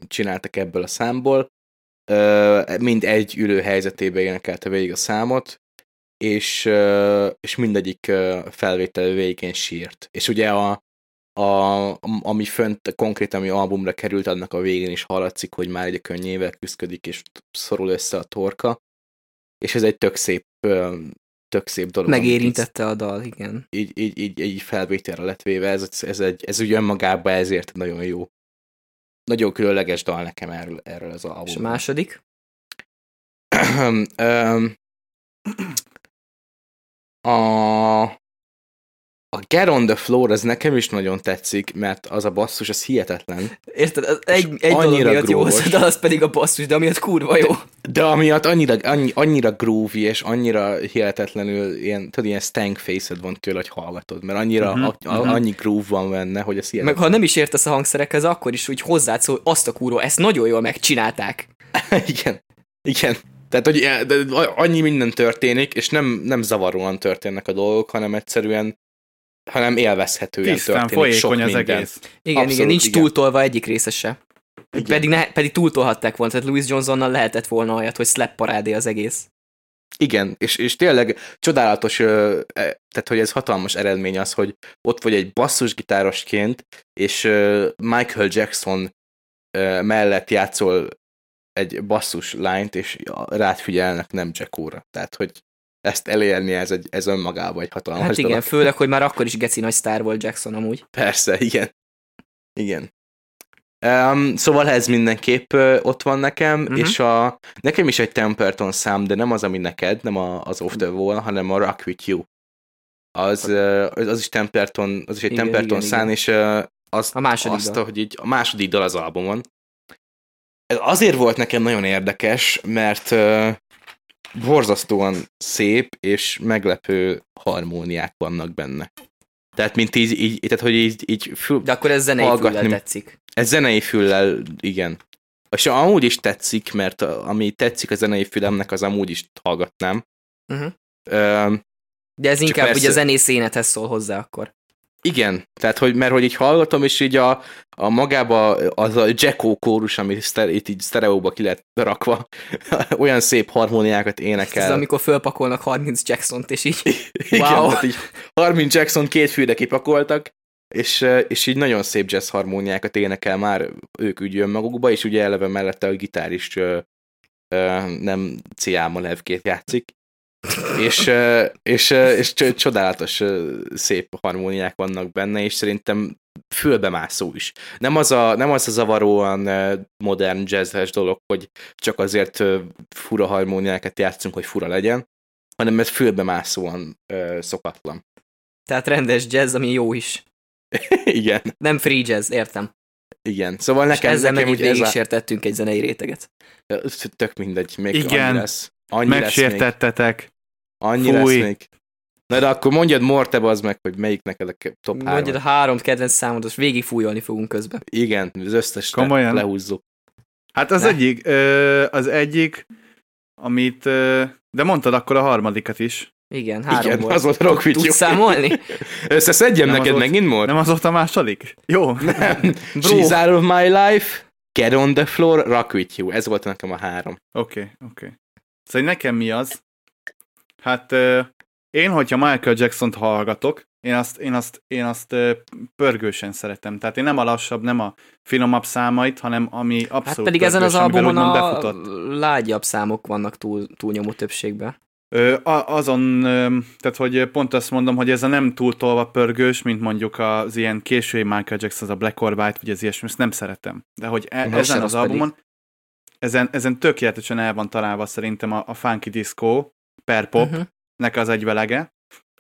Speaker 1: csináltak ebből a számból, ö, mind egy ülő helyzetébe énekelte végig a számot, és, ö, és mindegyik ö, felvétel végén sírt. És ugye a, a, am- ami fönt konkrétan, ami albumra került, annak a végén is hallatszik, hogy már egy könnyével küzdik, és szorul össze a torka, és ez egy tök szép, ö, tök szép dolog. amit
Speaker 2: Megérintette a dal, igen.
Speaker 1: Így, így, így, így felvételre lett véve, ez, ez, egy, ez úgy önmagában ezért nagyon jó. Nagyon különleges dal nekem erről, erről az albumról.
Speaker 2: És a második?
Speaker 1: Öm, a, a Get on the Floor az nekem is nagyon tetszik, mert az a basszus, az hihetetlen.
Speaker 2: Érted? Az egy, egy dolog
Speaker 1: annyira
Speaker 2: miatt jó az a
Speaker 1: grófos.
Speaker 2: dal, az pedig a basszus, de amiatt kurva jó.
Speaker 1: De amiatt annyira, annyi, annyira groovy, és annyira hihetetlenül ilyen, tudod, ilyen stank faced van tőle, hogy hallgatod, mert annyira,
Speaker 3: Mhm,
Speaker 1: uh-huh, a,
Speaker 3: mhm.
Speaker 1: uh-huh. annyi groove van benne, hogy az
Speaker 2: Meg
Speaker 1: hihetetlen.
Speaker 2: ha nem is értesz a hangszerekhez, akkor is úgy hozzád szól, hogy azt a kurva, ezt nagyon jól megcsinálták.
Speaker 1: [LAUGHS] Igen, igen. Tehát, hogy ilyen- de annyi minden történik, és nem, nem zavaróan történnek a dolgok, hanem egyszerűen, hanem élvezhetően
Speaker 3: Tisztán
Speaker 1: történik sok
Speaker 3: folyékony az
Speaker 1: minden.
Speaker 3: egész.
Speaker 2: Igen,
Speaker 1: Abszolút,
Speaker 2: igen, nincs
Speaker 1: igen.
Speaker 2: túltolva egyik része se.
Speaker 1: Igen.
Speaker 2: Pedig, ne, pedig túltolhatták volna, tehát Louis Johnsonnal lehetett volna olyat, hogy slap parádé az egész.
Speaker 1: Igen, és, és tényleg csodálatos, ö, e, tehát hogy ez hatalmas eredmény az, hogy ott vagy egy basszusgitárosként, és ö, Michael Jackson ö, mellett játszol egy basszus lányt, és a- rád figyelnek nem Jackóra. Tehát, hogy ezt elérni, ez, egy, ez önmagában egy hatalmas
Speaker 2: Hát igen,
Speaker 1: dolog.
Speaker 2: főleg, hogy már akkor is geci nagy sztár volt Jackson amúgy.
Speaker 1: Persze, igen. Igen. Um, szóval ez mindenképp uh, ott van nekem,
Speaker 2: Mhm.
Speaker 1: uh-huh. és a, nekem is egy Temperton szám, de nem az, ami neked, nem a, az Off the Wall, hanem a Rock With You. Az, uh, az az is Temperton, az is egy
Speaker 2: Igen,
Speaker 1: Temperton
Speaker 2: igen,
Speaker 1: szám,
Speaker 2: igen.
Speaker 1: és uh, az,
Speaker 2: A második
Speaker 1: azt,
Speaker 2: dal.
Speaker 1: hogy így a második dal az albumon. Ez azért volt nekem nagyon érdekes, mert uh, borzasztóan szép és meglepő harmóniák vannak benne. Tehát, mint így, így tehát, hogy így, így fül,
Speaker 2: De akkor ez zenei
Speaker 1: Hallgatni.
Speaker 2: füllel tetszik.
Speaker 1: ez zenei füllel, igen. És amúgy is tetszik, mert a- ami tetszik a zenei fülemnek, az amúgy is hallgatnám.
Speaker 2: Uh-huh.
Speaker 1: Ö,
Speaker 2: De ez
Speaker 1: Csak
Speaker 2: inkább
Speaker 1: persze-
Speaker 2: ugye a zenész énethez szól hozzá akkor.
Speaker 1: igen, tehát, hogy, mert hogy így hallgatom, és így a, a magába az a Jacko kórus, ami sztere, itt így sztereóba ki lett rakva, [LAUGHS] olyan szép harmóniákat énekel.
Speaker 2: Ez amikor fölpakolnak 30 Jackson-t, és így
Speaker 1: [LAUGHS] Igen,
Speaker 2: Wow.
Speaker 1: tehát így 30 Jackson két fűre kipakoltak, és, eh, és így nagyon szép jazz harmóniákat énekel már ők ügy magukba, és ugye eleve mellette a gitár is ö, ö, nem ciáma levkét játszik. és, ö, és, ö, és cso- csodálatos ö, szép harmóniák vannak benne, és szerintem fülbemászó is. Nem az a, nem az a zavaróan ö, modern jazzes dolog, hogy csak azért ö, fura harmóniákat játszunk, hogy fura legyen, hanem ez fülbemászóan ö, szokatlan. [LAUGHS]
Speaker 2: tehát rendes jazz, ami jó is.
Speaker 1: igen,
Speaker 2: Nem free jazz, értem.
Speaker 1: igen. Szóval
Speaker 2: Nekem,
Speaker 1: nekem,
Speaker 2: és ezzel
Speaker 1: nekem
Speaker 2: megint
Speaker 1: úgy ez
Speaker 2: végig
Speaker 1: a...
Speaker 2: sértettünk egy zenei réteget.
Speaker 1: Ö, Tök mindegy, még
Speaker 3: Igen.
Speaker 1: annyi lesz. Annyi lesz még.
Speaker 3: Megsértettetek.
Speaker 1: Annyi
Speaker 3: Fúj.
Speaker 1: lesz még. Na de akkor mondjad Morte, az meg, hogy melyik neked a ke- top három.
Speaker 2: Mondjad a három kedvenc számod, most végig fújolni fogunk közben.
Speaker 1: Igen, az összes
Speaker 3: Komolyan?
Speaker 1: lehúzzuk.
Speaker 3: Hát az
Speaker 2: Ne.
Speaker 3: egyik, ö, az egyik, amit, ö, de mondtad akkor a harmadikat is.
Speaker 2: Igen, három
Speaker 1: Igen,
Speaker 2: volt.
Speaker 1: az volt a rock with
Speaker 2: Tudsz
Speaker 1: you.
Speaker 3: [LAUGHS]
Speaker 2: számolni?
Speaker 1: [LAUGHS]
Speaker 2: Hát
Speaker 1: Összeszedjem
Speaker 3: Nem az
Speaker 1: neked
Speaker 3: volt.
Speaker 1: megint, Mor?
Speaker 3: Nem az volt a második? Jó.
Speaker 1: Nem. [LAUGHS]
Speaker 3: Bro.
Speaker 1: She's out of my life, get on the floor, rock with you. Ez volt nekem a három.
Speaker 3: Oké, okay, oké. Okay. Szóval nekem mi az? Hát ö, én, hogyha Michael Jackson-t hallgatok, én azt, én azt, én azt ö, pörgősen szeretem. Tehát én nem a lassabb, nem a finomabb számait, hanem ami abszolút
Speaker 2: Hát pedig ezen az
Speaker 3: pörgős, amivel
Speaker 2: albumon
Speaker 3: úgymond
Speaker 2: a
Speaker 3: befutott.
Speaker 2: lágyabb számok vannak túl, túlnyomó többségben.
Speaker 3: Ö, a, azon, ö, tehát hogy ö, pont azt mondom, hogy ez a nem túl tolva pörgős, mint mondjuk az ilyen késői Michael Jackson, az a Black or White, vagy az ilyesmi, ezt nem szeretem. De hogy e,
Speaker 2: Most
Speaker 3: ezen
Speaker 2: sem,
Speaker 3: az
Speaker 2: az pedig.
Speaker 3: albumon, ezen, ezen tökéletesen el van találva szerintem a, a funky disco per pop,
Speaker 2: Uh-huh.
Speaker 3: nek az egy velege,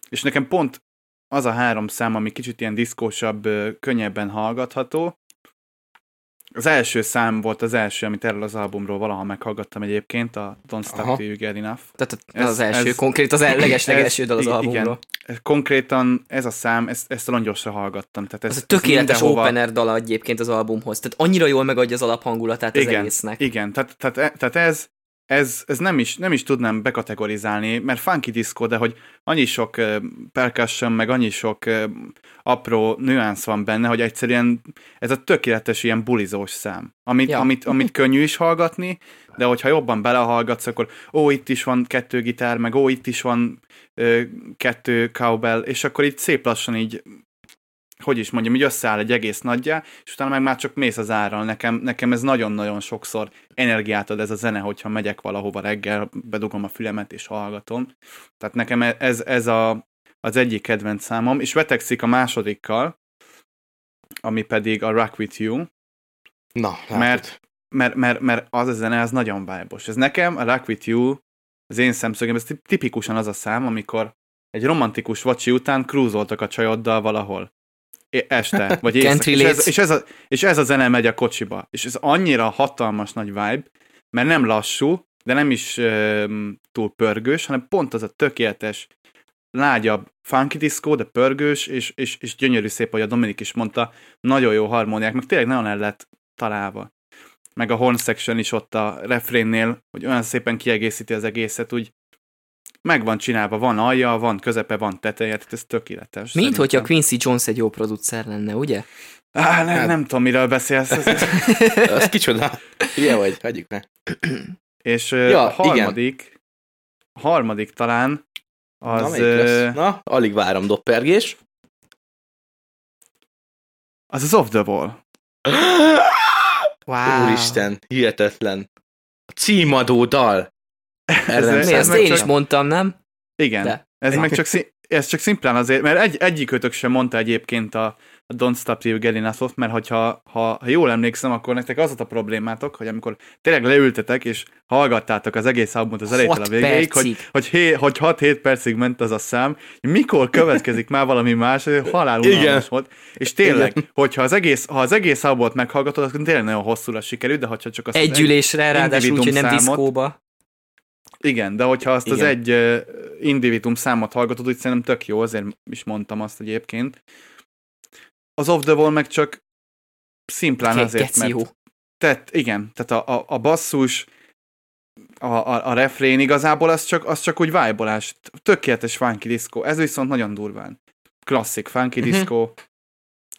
Speaker 3: és nekem pont az a három szám, ami kicsit ilyen diszkósabb, ö, könnyebben hallgatható. Az első szám volt az első, amit erről az albumról valaha meghallgattam egyébként, a Don't Stop
Speaker 1: Aha.
Speaker 3: Till You Get Enough.
Speaker 2: Tehát a-
Speaker 3: Ez-
Speaker 2: az első,
Speaker 3: ez-
Speaker 2: konkrét az el- legesleg
Speaker 3: ez-
Speaker 2: első dal az
Speaker 3: igen.
Speaker 2: albumról.
Speaker 3: Ez Konkrétan ez a szám, ezt, ezt rongyosra hallgattam. Tehát ez,
Speaker 2: Ez, a tökéletes
Speaker 3: ez mindenhova-
Speaker 2: opener dala egyébként az albumhoz. Tehát annyira jól megadja az alaphangulatát az
Speaker 3: Igen,
Speaker 2: egésznek.
Speaker 3: Igen, tehát, tehát, e- tehát ez, ez, ez nem, is, nem is tudnám bekategorizálni, mert funky disco, de hogy annyi sok uh, percussion, meg annyi sok uh, apró nüansz van benne, hogy egyszerűen ez a tökéletes ilyen bulizós szám, amit,
Speaker 2: Ja.
Speaker 3: ja. amit, amit könnyű is hallgatni, de hogyha jobban belehallgatsz, akkor ó, itt is van kettő gitár, meg ó, itt is van ö, kettő cowbell, és akkor így szép lassan így hogy is mondjam, így összeáll egy egész nagyjá, és utána meg már csak mész az árral. Nekem, nekem ez nagyon-nagyon sokszor energiát ad ez a zene, hogyha megyek valahova reggel, bedugom a fülemet és hallgatom. Tehát nekem e, ez, ez a, az egyik kedvenc számom, és vetekszik a másodikkal, ami pedig a Rock With You,
Speaker 1: Na, látod.
Speaker 3: Mert- mert, mert, mert az a zene, az nagyon vibe Ez nekem, a Rock With You, az én szemszögemben, ez tip- tipikusan az a szám, amikor egy romantikus vacsi után krúzoltak a csajoddal valahol.
Speaker 2: [LAUGHS]
Speaker 3: É- Este, vagy
Speaker 2: Can't
Speaker 3: éjszaka. És
Speaker 2: relate.
Speaker 3: ez, és, ez a, és ez a zene megy a kocsiba. És ez annyira hatalmas nagy vibe, mert nem lassú, de nem is um, túl pörgős, hanem pont az a tökéletes, lágyabb funky diszkó, de pörgős, és, és, és gyönyörű szép, hogy a Dominik is mondta, nagyon jó harmóniák, meg tényleg nagyon el lett találva. Meg a horn section is ott a refrénnél, hogy olyan szépen kiegészíti az egészet, úgy meg van csinálva, van alja, van közepe, van teteje, tehát ez tökéletes.
Speaker 2: Mint
Speaker 3: szerintem.
Speaker 2: hogyha Quincy Jones egy jó producer lenne, ugye?
Speaker 3: Á,
Speaker 1: Hát-
Speaker 3: nem, nem tudom, miről beszélsz. Ez,
Speaker 2: [LAUGHS]
Speaker 1: Az kicsoda. Ilyen vagy, hagyjuk ne.
Speaker 3: és
Speaker 1: Ja,
Speaker 3: ja, a harmadik, harmadik talán,
Speaker 1: Na,
Speaker 3: az,
Speaker 1: melyik
Speaker 3: ö,
Speaker 1: lesz? Na, alig várom doppergés.
Speaker 3: az az Off the Wall.
Speaker 2: Wow.
Speaker 1: Úristen, hihetetlen. A címadó dal. Erre nem
Speaker 3: Ez-
Speaker 1: számít.
Speaker 2: Mi,
Speaker 3: ez
Speaker 2: ezt
Speaker 3: meg
Speaker 2: én
Speaker 3: csak-
Speaker 2: is mondtam, nem?
Speaker 3: Igen.
Speaker 2: De.
Speaker 3: De. Ez meg csak szí- ez csak szimplán azért, mert egy, egyikőtök sem mondta egyébként a, a Don't Stop Till You Get Enough Of, mert hogyha, ha, ha jól emlékszem, akkor nektek az volt a problémátok, hogy amikor tényleg leültetek és hallgattátok az egész albumot az elejétől a
Speaker 2: Hat
Speaker 3: végéig, hogy,
Speaker 2: percig.
Speaker 3: hogy, hé, hogy 6-7 percig ment az a szám, mikor következik már valami más, halál
Speaker 1: Igen.
Speaker 3: unalmas volt. És tényleg, hogyha az egész, ha az egész albumot meghallgatod, akkor tényleg nagyon hosszúra sikerült, de ha csak azt az
Speaker 2: Egy ülésre, ráadásul úgy, hogy nem
Speaker 3: individuum Szóval számot.
Speaker 2: diszkóba.
Speaker 3: igen, de hogyha azt Igen.
Speaker 1: Igen.
Speaker 3: az egy uh, individuum számot hallgatod, úgy szerintem tök jó, azért is mondtam azt egyébként. Az Off the Wall meg csak szimplán
Speaker 2: Ge-
Speaker 3: azért,
Speaker 2: geci
Speaker 3: mert
Speaker 2: jó.
Speaker 3: tehát igen, tehát a, a, a basszus, a, a, a refrén igazából az csak, az csak úgy vájbolás. Tökéletes funky diszkó. Ez viszont nagyon durván. Klasszik funky
Speaker 2: Mhm.
Speaker 3: diszkó.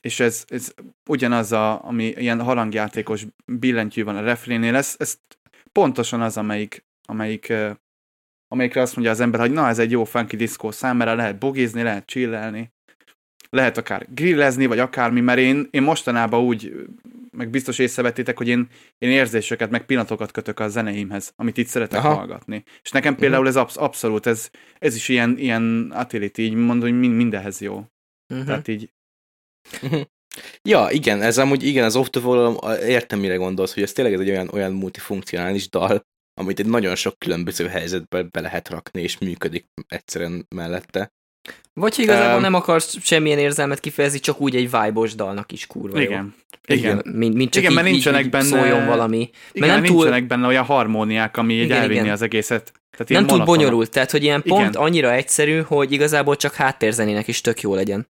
Speaker 3: És ez, ez ugyanaz, a, ami ilyen harangjátékos billentyű van a refrénél, ez, ez pontosan az, amelyik, amelyik ö, amelyikre azt mondja az ember, hogy na, ez egy jó funky diszkó szám, mert lehet bugizni, lehet chillelni, lehet akár grillezni, vagy akármi, mert én, én mostanában úgy, meg biztos észrevettétek, hogy én, én érzéseket, meg pillanatokat kötök a zeneimhez, amit itt szeretek
Speaker 1: Aha.
Speaker 3: Aha. hallgatni. És nekem
Speaker 2: Mhm.
Speaker 3: például ez absz- abszolút, ez, ez is ilyen, ilyen attility, így mondom, hogy min- mindenhez jó. Uh-huh.
Speaker 2: Mhm.
Speaker 3: Tehát így,
Speaker 1: Ja, igen, ez amúgy, igen, az off the wall, a- értem mire gondolsz, hogy ez tényleg ez egy olyan, olyan multifunkcionális dal, amit egy nagyon sok különböző helyzetbe be lehet rakni, és működik egyszerűen mellette.
Speaker 2: Vagy ha igazából
Speaker 1: Em.
Speaker 2: nem akarsz semmilyen érzelmet kifejezni, csak úgy egy vibe dalnak is kurva jó.
Speaker 3: igen. Igen.
Speaker 2: Mint- Mint, csak
Speaker 3: Igen,
Speaker 2: így,
Speaker 3: mert nincsenek
Speaker 2: így, így
Speaker 3: benne-
Speaker 2: szóljon valami.
Speaker 3: Igen,
Speaker 2: Mert
Speaker 3: nem
Speaker 2: nem túl-
Speaker 3: nincsenek benne olyan harmóniák, ami így
Speaker 2: Igen,
Speaker 3: elvinni
Speaker 2: igen.
Speaker 3: az egészet. Tehát ilyen
Speaker 2: Nem túl
Speaker 3: monotonok.
Speaker 2: bonyolult, tehát hogy ilyen pont
Speaker 3: Igen.
Speaker 2: annyira egyszerű, hogy igazából csak háttérzenének is tök jó legyen. Mhm.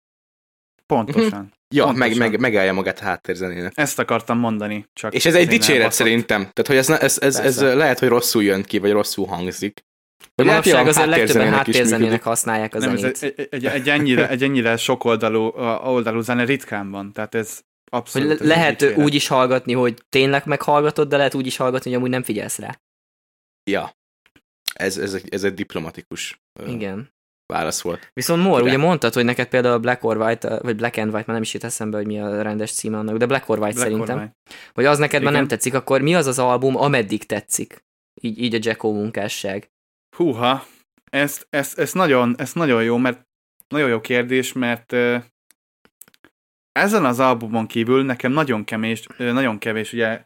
Speaker 3: Pontosan.
Speaker 1: Ja,
Speaker 3: Pontosan.
Speaker 1: meg, meg, megállja magát a háttérzenének.
Speaker 3: Ezt akartam mondani. Csak
Speaker 1: És ez egy
Speaker 3: azért
Speaker 1: dicséret
Speaker 3: elbaszott.
Speaker 1: szerintem. Tehát, hogy ez, ne- ez, ez, ez
Speaker 3: Persze.
Speaker 1: lehet, hogy rosszul jön ki, vagy rosszul hangzik.
Speaker 2: De
Speaker 1: Vagy
Speaker 3: Hát
Speaker 1: lehet, hogy a
Speaker 2: manapság azért legtöbben
Speaker 1: háttérzenének is
Speaker 2: háttérzenének
Speaker 1: működik.
Speaker 2: használják a
Speaker 3: Nem, ez
Speaker 2: zenét.
Speaker 3: egy, egy, egy, egy, ennyire, egy ennyire sok oldalú, a- oldalú zene ritkán van, tehát ez
Speaker 2: Hogy
Speaker 3: abszolút...
Speaker 2: le-
Speaker 3: ez egy
Speaker 2: lehet
Speaker 3: dicséret.
Speaker 2: úgy is hallgatni, hogy tényleg meghallgatod, de lehet úgy is hallgatni, hogy amúgy nem figyelsz rá.
Speaker 1: Ja. Ez, ez, egy, ez egy diplomatikus ö,
Speaker 2: Igen.
Speaker 1: válasz volt.
Speaker 2: Viszont Mor,
Speaker 1: Ugye.
Speaker 2: ugye mondtad, hogy neked például a Black or White, eh, vagy Black and White, már nem is jut eszembe, hogy mi a rendes címe annak, de Black or White
Speaker 3: Black or
Speaker 2: szerintem,
Speaker 3: White.
Speaker 2: hogy az neked már
Speaker 3: Igen.
Speaker 2: nem tetszik, akkor mi az az album, ameddig tetszik? Így, így a Jacko munkásság.
Speaker 3: Húha, ez, ez, ez, nagyon, ez nagyon jó, mert nagyon jó kérdés, mert ö, ezen az albumon kívül nekem nagyon kemés, ö, nagyon kevés, ugye,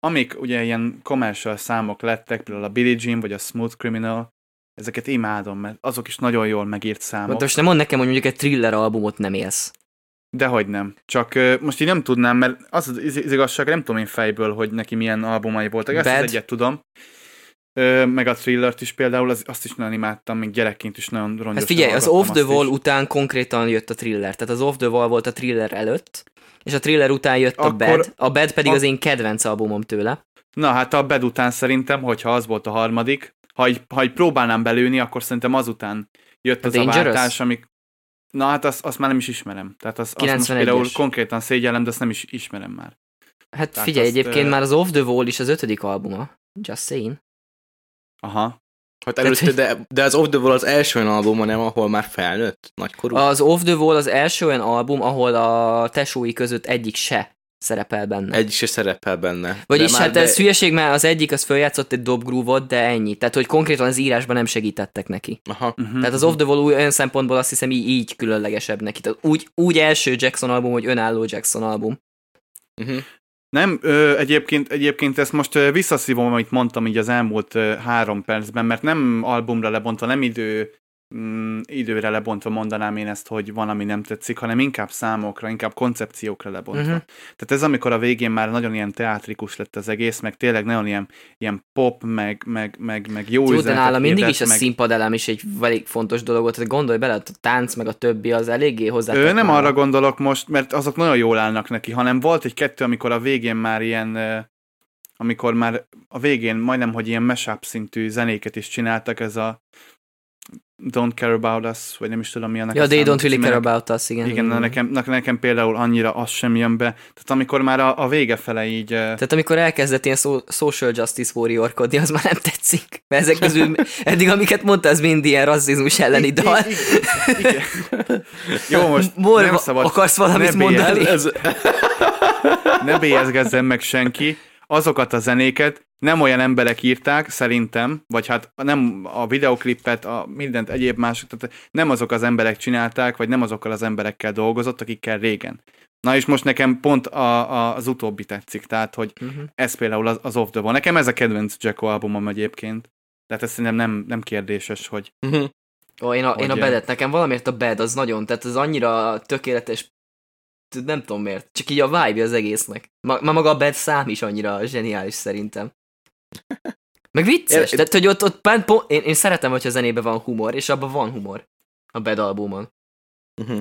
Speaker 3: amik ugye ilyen commercial számok lettek, például a Billie Jean vagy a Smooth Criminal, ezeket imádom, mert azok is nagyon jól megírt számok.
Speaker 2: Most nem mond nekem, hogy mondjuk egy thriller albumot nem élsz.
Speaker 3: Dehogy nem. Csak ö, most így nem tudnám, mert az az iz- az igazság, nem tudom én fejből, hogy neki milyen albumai voltak. Ezt
Speaker 2: Bad.
Speaker 3: az egyet tudom. Ö, meg a thrillert is például, az, azt is nagyon imádtam, még gyerekként is nagyon rongyos.
Speaker 2: Hát figyelj, az Off the Wall után konkrétan jött a thriller. Tehát az Off the Wall volt a thriller előtt, és a thriller után jött a
Speaker 3: Akkor-
Speaker 2: Bad. A Bad pedig
Speaker 3: a-
Speaker 2: az én kedvenc albumom tőle.
Speaker 3: Na hát a Bed után szerintem, hogyha az volt a harmadik, ha így, ha így próbálnám belőni, akkor szerintem azután jött
Speaker 2: A
Speaker 3: az a
Speaker 2: Hát Dangerous?
Speaker 3: váltás, amik... Na hát azt, azt már nem is ismerem. Tehát azt, azt most
Speaker 2: 91-es.
Speaker 3: például konkrétan szégyellem, de azt nem is ismerem már.
Speaker 2: Hát
Speaker 3: Tehát
Speaker 2: figyelj,
Speaker 3: azt,
Speaker 2: egyébként
Speaker 3: ö,
Speaker 2: már az Off the Wall is az ötödik albuma. Just saying.
Speaker 3: Aha.
Speaker 1: Hát
Speaker 2: Tehát,
Speaker 1: előtte, de, de az Off the Wall az első olyan albuma, nem, ahol már felnőtt, nagykorú.
Speaker 2: Az Off the Wall az első olyan album, ahol a tesói között egyik se szerepel benne.
Speaker 1: Egy se szerepel benne.
Speaker 2: Vagyis
Speaker 1: De már-
Speaker 2: hát
Speaker 1: de-
Speaker 2: ez hülyeség, mert az egyik az följátszott egy dobgrúvot, de ennyi. Tehát, hogy konkrétan az írásban nem segítettek neki.
Speaker 1: Aha.
Speaker 3: Uh-huh.
Speaker 2: Tehát az Off the Wall új- olyan szempontból azt hiszem így, így különlegesebb neki. Tehát úgy, úgy első Jackson album, hogy önálló Jackson album.
Speaker 1: Uh-huh.
Speaker 3: Nem, ö, egyébként, egyébként ezt most ö, visszaszívom, amit mondtam így az elmúlt ö, három percben, mert nem albumra lebontva, nem idő, mm, időre lebontva mondanám én ezt, hogy van, ami nem tetszik, hanem inkább számokra, inkább koncepciókra lebontva.
Speaker 2: Mhm.
Speaker 3: Uh-huh. Tehát ez amikor a végén már nagyon ilyen teátrikus lett az egész, meg tényleg nagyon ilyen, ilyen pop, meg, meg, meg, meg jó
Speaker 2: Jó, de
Speaker 3: üzenetet
Speaker 2: nála Szóval mindig
Speaker 3: hirdet,
Speaker 2: is a
Speaker 3: meg...
Speaker 2: színpadelem is egy elég fontos dolog volt. Tehát gondolj bele, a tánc meg a többi az eléggé hozzá.
Speaker 3: Ő nem arra gondolok most, mert azok nagyon jól állnak neki, hanem volt egy-kettő, amikor a végén már ilyen, ö, amikor már a végén majdnem, hogy ilyen mashup szintű zenéket is csináltak, ez a Don't Care About Us, vagy nem is tudom mi annak.
Speaker 2: Ja,
Speaker 3: a
Speaker 2: they
Speaker 3: számnak
Speaker 2: don't really
Speaker 3: címe.
Speaker 2: care about us, igen.
Speaker 3: Igen, na nekem, na, nekem például annyira az sem jön be. Tehát amikor már a, a vége fele így... ö,
Speaker 2: Tehát amikor elkezdett ilyen szó- social justice warriorkodni, az már nem tetszik. Mert ezek
Speaker 3: [LAUGHS]
Speaker 2: közül eddig, amiket mondta, ez mind ilyen rasszizmus elleni dal.
Speaker 3: I- i- igen.
Speaker 2: [LAUGHS]
Speaker 3: Jó, most
Speaker 2: Mor,
Speaker 3: nem szabad
Speaker 2: akarsz valamit
Speaker 3: ne bélyegz. [LAUGHS]
Speaker 2: mondani?
Speaker 1: Ez,
Speaker 3: ne bélyezgezzen meg senki, azokat a zenéket, nem olyan emberek írták, szerintem, vagy hát nem a videoklipet, a mindent egyéb mások, tehát nem azok az emberek csinálták, vagy nem azokkal az emberekkel dolgozott, akikkel régen. Na és most nekem pont a, a, az utóbbi tetszik, tehát hogy
Speaker 2: Uh-huh.
Speaker 3: ez például az, az Off The Wall. Nekem ez a kedvenc Jacko albumom egyébként. Tehát ez szerintem nem, nem kérdéses, hogy
Speaker 1: Mhm.
Speaker 2: Ó, én a, én a
Speaker 3: Hogy-
Speaker 2: bedet, nekem valamiért a bed az nagyon, tehát ez annyira tökéletes, t- nem tudom miért, csak így a vibe az egésznek. Ma, ma maga a bed szám is annyira zseniális szerintem. Meg vicces,
Speaker 1: Én-
Speaker 2: tehát hogy ott, ott pont, pont, én, én szeretem, hogyha zenében van humor, és abban van humor a bed albumon.
Speaker 1: Uh-huh.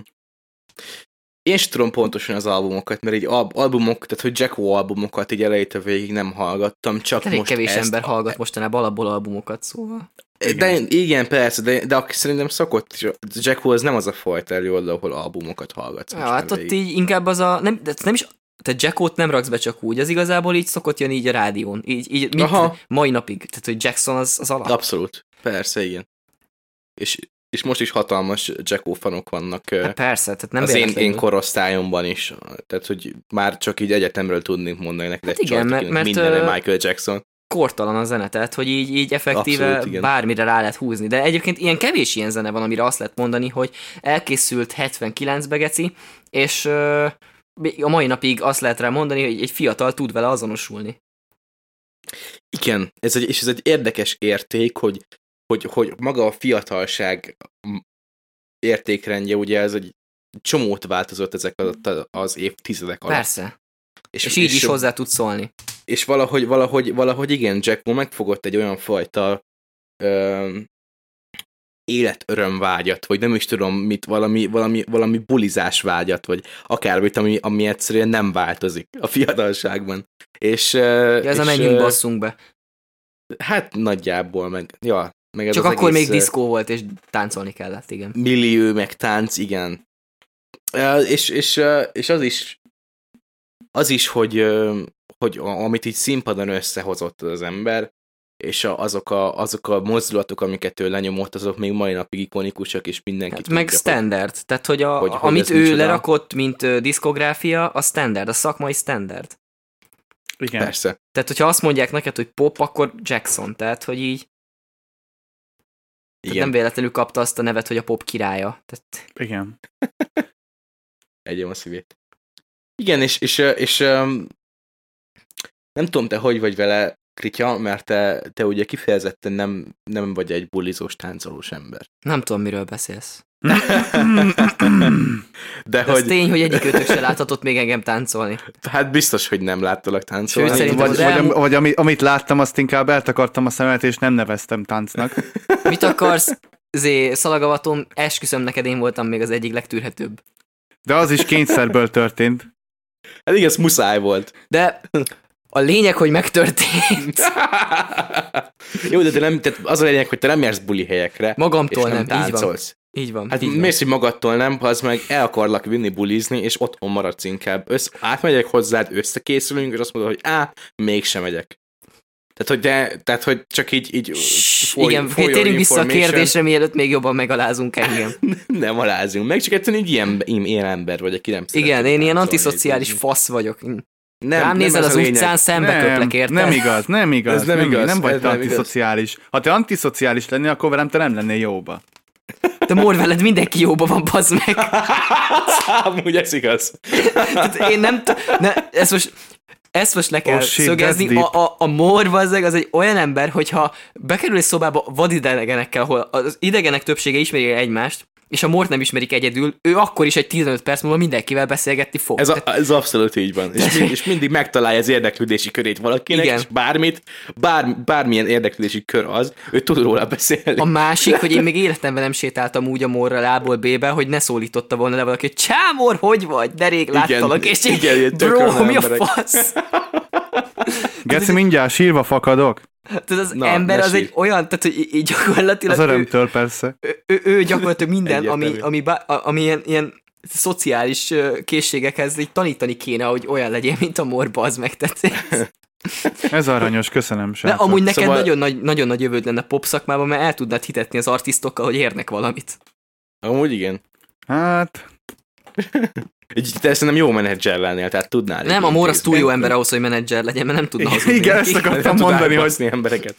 Speaker 1: Én sem tudom pontosan az albumokat, mert így al- albumok, tehát hogy Jack Wall albumokat így elejétől végig nem hallgattam, csak
Speaker 2: Elég
Speaker 1: most
Speaker 2: kevés
Speaker 1: ezt,
Speaker 2: ember hallgat mostanában alapból albumokat, szóval.
Speaker 1: De én, igen, persze, de, de aki szerintem szokott, is- Jack Wall az nem az a fajta előadó, ahol albumokat hallgatsz.
Speaker 2: Ja,
Speaker 1: most
Speaker 2: hát
Speaker 1: nem
Speaker 2: ott
Speaker 1: végig.
Speaker 2: így inkább az a, nem, de nem is, tehát Jackot nem raksz be csak úgy, az igazából így szokott jönni így a rádión, így, így mint
Speaker 1: Aha.
Speaker 2: mai napig, tehát hogy Jackson az, az alap.
Speaker 1: Abszolút, persze, igen. És, és most is hatalmas Jack Wall fanok vannak ö,
Speaker 2: Hát persze, tehát nem
Speaker 1: az én,
Speaker 2: véletlenül.
Speaker 1: én korosztályomban is. Tehát, hogy már csak így egyetemről tudnénk mondani neked
Speaker 2: Hát
Speaker 1: egy
Speaker 2: igen,
Speaker 1: csajt,
Speaker 2: mert-
Speaker 1: akinek
Speaker 2: mert,
Speaker 1: mindenre
Speaker 2: ö,
Speaker 1: Michael Jackson.
Speaker 2: kortalan a zene, tehát hogy így, így effektíve
Speaker 1: Abszolút,
Speaker 2: Abszolút,
Speaker 1: igen.
Speaker 2: bármire rá lehet húzni. De egyébként ilyen kevés ilyen zene van, amire azt lehet mondani, hogy elkészült 79-be geci, és ö, a mai napig azt lehet rá mondani, hogy egy fiatal tud vele azonosulni.
Speaker 1: Igen, ez egy, és ez egy érdekes érték, hogy, hogy, hogy maga a fiatalság m- értékrendje, ugye ez egy csomót változott ezek alatt a- az évtizedek alatt.
Speaker 2: Persze. És, és így is hozzá tud szólni.
Speaker 1: és valahogy, valahogy, valahogy igen, Jack Ma megfogott egy olyan fajta ö, életöröm vágyat, vagy nem is tudom mit, valami, valami, valami bulizás vágyat, vagy akármit, ami, ami egyszerűen nem változik a fiatalságban. És, ö,
Speaker 2: Ja, ez a
Speaker 1: és,
Speaker 2: menjünk
Speaker 1: ö,
Speaker 2: basszunk be.
Speaker 1: Hát nagyjából, meg, ja, meg ez
Speaker 2: Csak
Speaker 1: az
Speaker 2: akkor
Speaker 1: egész,
Speaker 2: még
Speaker 1: ö,
Speaker 2: diszkó volt, és táncolni kellett, igen.
Speaker 1: millió, meg tánc, igen. Ö, És, és, ö, és az is, az is, hogy, ö, hogy a- amit így színpadon összehozott az ember, és a, azok, a, azok a mozdulatok, amiket ő lenyomott, azok még mai napig ikonikusak, és mindenki
Speaker 2: Hát meg
Speaker 1: tudja,
Speaker 2: standard. Tehát, hogy, a,
Speaker 1: hogy-
Speaker 2: hogy,
Speaker 1: hogy
Speaker 2: amit
Speaker 1: ez
Speaker 2: ő
Speaker 1: micsoda.
Speaker 2: lerakott, mint ö, diszkográfia, a standard, a szakmai standard.
Speaker 1: Hogy
Speaker 3: igen.
Speaker 1: persze.
Speaker 2: Tehát, hogyha azt mondják neked, hogy pop, akkor Jackson, tehát, hogy így tehát
Speaker 1: Igen,
Speaker 2: nem
Speaker 1: nem...
Speaker 2: véletlenül kapta azt a nevet, hogy a pop királya. Tehát,
Speaker 3: Igen.
Speaker 1: egyem a szívét. Igen, és, és, ö, és öm, nem tudom, te hogy vagy vele, Kritya, mert te, te ugye kifejezetten nem, nem vagy egy bulizós, táncolós ember.
Speaker 2: nem tudom, miről beszélsz.
Speaker 1: De
Speaker 2: De hogy...
Speaker 1: hogy...
Speaker 2: az tény, hogy egyik ötök se láthatott még engem táncolni.
Speaker 1: Hát biztos, hogy nem láttalak táncolni.
Speaker 2: Sőt, szerintem
Speaker 3: Vagy,
Speaker 2: az
Speaker 3: vagy,
Speaker 2: elmú-
Speaker 3: ami- vagy ami, amit láttam, azt inkább eltakartam a szemet, és nem neveztem táncnak.
Speaker 2: Mit akarsz? Zé, szalagavatom, esküszöm neked, én voltam még az egyik legtűrhetőbb.
Speaker 3: De az is kényszerből történt.
Speaker 1: Hát igen, ez muszáj volt.
Speaker 2: De a lényeg, hogy megtörtént.
Speaker 1: [LAUGHS] Jó, de te nem, tehát az a lényeg, hogy te nem jársz buli helyekre,
Speaker 2: Magamtól
Speaker 1: és
Speaker 2: nem,
Speaker 1: nem,
Speaker 2: így van.
Speaker 1: táncolsz.
Speaker 2: Így van.
Speaker 1: Hát
Speaker 2: így
Speaker 1: mész, hogy magadtól nem, ha az meg el akarlak vinni bulizni, és otthon maradsz inkább. Össz, átmegyek hozzád, összekészülünk, és azt mondod, hogy á, mégsem megyek. Tehát, hogy, de, tehát, hogy csak így... így
Speaker 2: van. Ssss,
Speaker 1: for-
Speaker 2: igen,
Speaker 1: for your
Speaker 2: térjünk vissza a
Speaker 1: information.
Speaker 2: kérdésre, mielőtt még jobban megalázunk
Speaker 1: [LAUGHS]
Speaker 2: engem.
Speaker 1: Nem alázunk meg, csak egyszerűen így ilyen, ilyen ember vagy, aki nem szeret
Speaker 2: Igen, én ilyen
Speaker 1: táncolni,
Speaker 2: antiszociális
Speaker 1: bulizni.
Speaker 2: fasz vagyok. Nem,
Speaker 1: Nem,
Speaker 2: Rám
Speaker 1: nem
Speaker 2: nézel
Speaker 1: ez
Speaker 2: az
Speaker 1: a lényeg.
Speaker 2: utcán, szembe
Speaker 3: Nem,
Speaker 2: köplek, érted?
Speaker 3: nem igaz, nem igaz.
Speaker 1: Ez nem igaz,
Speaker 3: Nem
Speaker 1: ez
Speaker 3: vagy te
Speaker 1: nem igaz.
Speaker 3: antiszociális. Ha te antiszociális lennél, akkor velem te nem lennél jóba.
Speaker 2: Hát De mor veled mindenki jóban van, bazd
Speaker 1: [LAUGHS]
Speaker 2: meg. [LAUGHS]
Speaker 1: Amúgy ez igaz.
Speaker 2: Tehát én nem t- ne, ezt most ezt most le kell oh,
Speaker 3: Oh shit, that's
Speaker 2: szögezni.
Speaker 3: deep.
Speaker 2: A, a, a mor bazzeg az egy olyan ember, hogyha bekerül egy szobába vadidegenekkel, ahol az idegenek többsége ismeri egymást, és a mort nem ismerik egyedül, ő akkor is egy 15 perc múlva mindenkivel beszélgetni fog.
Speaker 1: Ez, a, ez abszolút így van. És, mind, és mindig megtalálja az érdeklődési körét valakinek,
Speaker 2: Igen.
Speaker 1: Igen. és bármit, bár, bármilyen érdeklődési kör az, ő tud róla beszélni.
Speaker 2: A
Speaker 1: A...
Speaker 2: másik, hogy én még életemben nem sétáltam úgy a morral A-ból B-be, hogy ne szólította volna le valaki, hogy csámor, hogy vagy? De rég láttalak, és így,
Speaker 1: igen, ilyen tök
Speaker 2: bro,
Speaker 1: random
Speaker 2: mi a
Speaker 1: emberek.
Speaker 2: fasz?
Speaker 3: Geci, mindjárt sírva fakadok.
Speaker 2: Tehát az
Speaker 1: Na,
Speaker 2: Na, ember
Speaker 1: ne
Speaker 2: az
Speaker 1: sírj.
Speaker 2: egy olyan, tehát hogy így- így gyakorlatilag
Speaker 3: Az
Speaker 2: ő,
Speaker 3: örömtől persze.
Speaker 2: ő, ő, ő gyakorlatilag minden, ami,
Speaker 1: Egyértelmű.
Speaker 2: ami, bá, a- ami ilyen, ilyen szociális ö, készségekhez így tanítani kéne, hogy olyan legyél, mint a morba, az megtetszik.
Speaker 3: Ez aranyos, köszönöm
Speaker 2: De
Speaker 3: srácok.
Speaker 2: amúgy neked
Speaker 1: Szóval-
Speaker 2: nagyon, nagy, nagyon nagy jövőd lenne pop szakmában, mert el tudnád hitetni az artistokkal, hogy érnek valamit.
Speaker 1: Amúgy igen.
Speaker 3: Hát,
Speaker 1: Így te ezt nem jó menedzser lennél, tehát tudnál.
Speaker 2: Nem, a Mór az túl jó ember ahhoz, hogy menedzser legyen, mert nem tudna hazudni.
Speaker 3: Igen, ezt
Speaker 2: neki.
Speaker 3: akartam mondani, hogy
Speaker 1: hogy... embereket.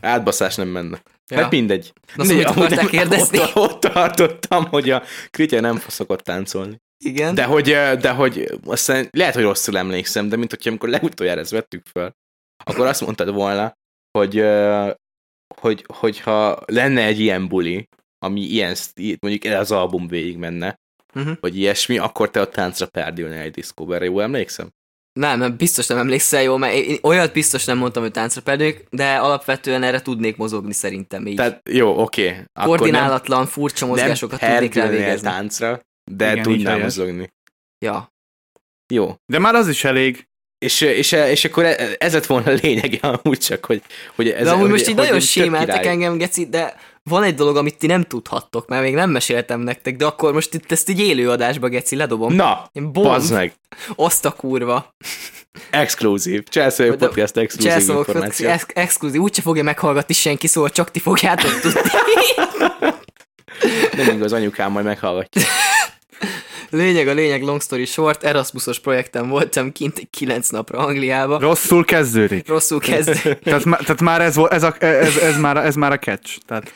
Speaker 1: Átbaszás nem menne.
Speaker 2: Ja.
Speaker 1: Ja. Hát mindegy.
Speaker 2: Na szóval, mit
Speaker 1: Mindegy,
Speaker 2: akartál
Speaker 1: amúgy
Speaker 2: [LAUGHS]
Speaker 1: [LAUGHS]
Speaker 2: kérdezni?
Speaker 1: Ott, ott tartottam, hogy a kritya nem szokott táncolni.
Speaker 2: Igen.
Speaker 1: De hogy, eh, de hogy aztán lehet, hogy rosszul emlékszem, de mint hogyha amikor legutoljára ezt vettük föl, akkor azt mondtad volna, hogy, eh, hogy hogyha lenne egy ilyen buli, ami ilyen, stíl- mondjuk el az album végig menne,
Speaker 2: Mhm.
Speaker 1: vagy ilyesmi, akkor te a táncra perdülnél egy diszkóba, erre jól emlékszem?
Speaker 2: Nem, nem, biztos nem emlékszel jól, mert én- én olyat biztos nem mondtam, hogy táncra pedők, de alapvetően erre tudnék mozogni szerintem így. Tehát
Speaker 1: Tehát jó, oké. akkor
Speaker 2: Koordinálatlan, furcsa
Speaker 1: nem, nem
Speaker 2: mozgásokat tudnék rá
Speaker 1: perdülnél
Speaker 2: végezni.
Speaker 1: táncra, de
Speaker 3: Igen,
Speaker 1: Igen,
Speaker 3: így
Speaker 1: tudnál
Speaker 3: helyes.
Speaker 1: mozogni.
Speaker 2: Ja.
Speaker 1: Jó.
Speaker 3: De már az is elég.
Speaker 1: És, és, és akkor e- ez lett volna a lényege amúgy csak, hogy, hogy ez
Speaker 2: Ez, de amúgy
Speaker 1: hogy,
Speaker 2: most így
Speaker 1: hogy
Speaker 2: nagyon
Speaker 1: tök
Speaker 2: sémeltek
Speaker 1: király.
Speaker 2: engem, Geci, de van egy dolog, amit ti nem tudhattok, mert még nem meséltem nektek, de akkor most itt ezt így élőadásba, Geci, ledobom.
Speaker 1: Na,
Speaker 2: Én
Speaker 1: Bazd
Speaker 2: bomb,
Speaker 1: meg,
Speaker 2: azt a kurva.
Speaker 1: exkluzív. Cselszövő
Speaker 2: De-
Speaker 1: podcast exkluzív
Speaker 2: Cselszavok
Speaker 1: információ.
Speaker 2: ex- exkluzív, úgyse fogja meghallgatni senki, szóval csak ti fogjátok tudni.
Speaker 1: [LAUGHS] Nem igaz, anyukám majd
Speaker 3: [LAUGHS]
Speaker 1: meghallgatja.
Speaker 2: Lényeg a lényeg, long story short, Erasmusos projektem voltam kint egy kilenc napra Angliába.
Speaker 3: Rosszul kezdődik.
Speaker 2: Rosszul
Speaker 1: [LAUGHS]
Speaker 2: kezd.
Speaker 3: Tehát, má- tehát már ez, volt, ez, a, ez, ez, már, ez már a catch. Tehát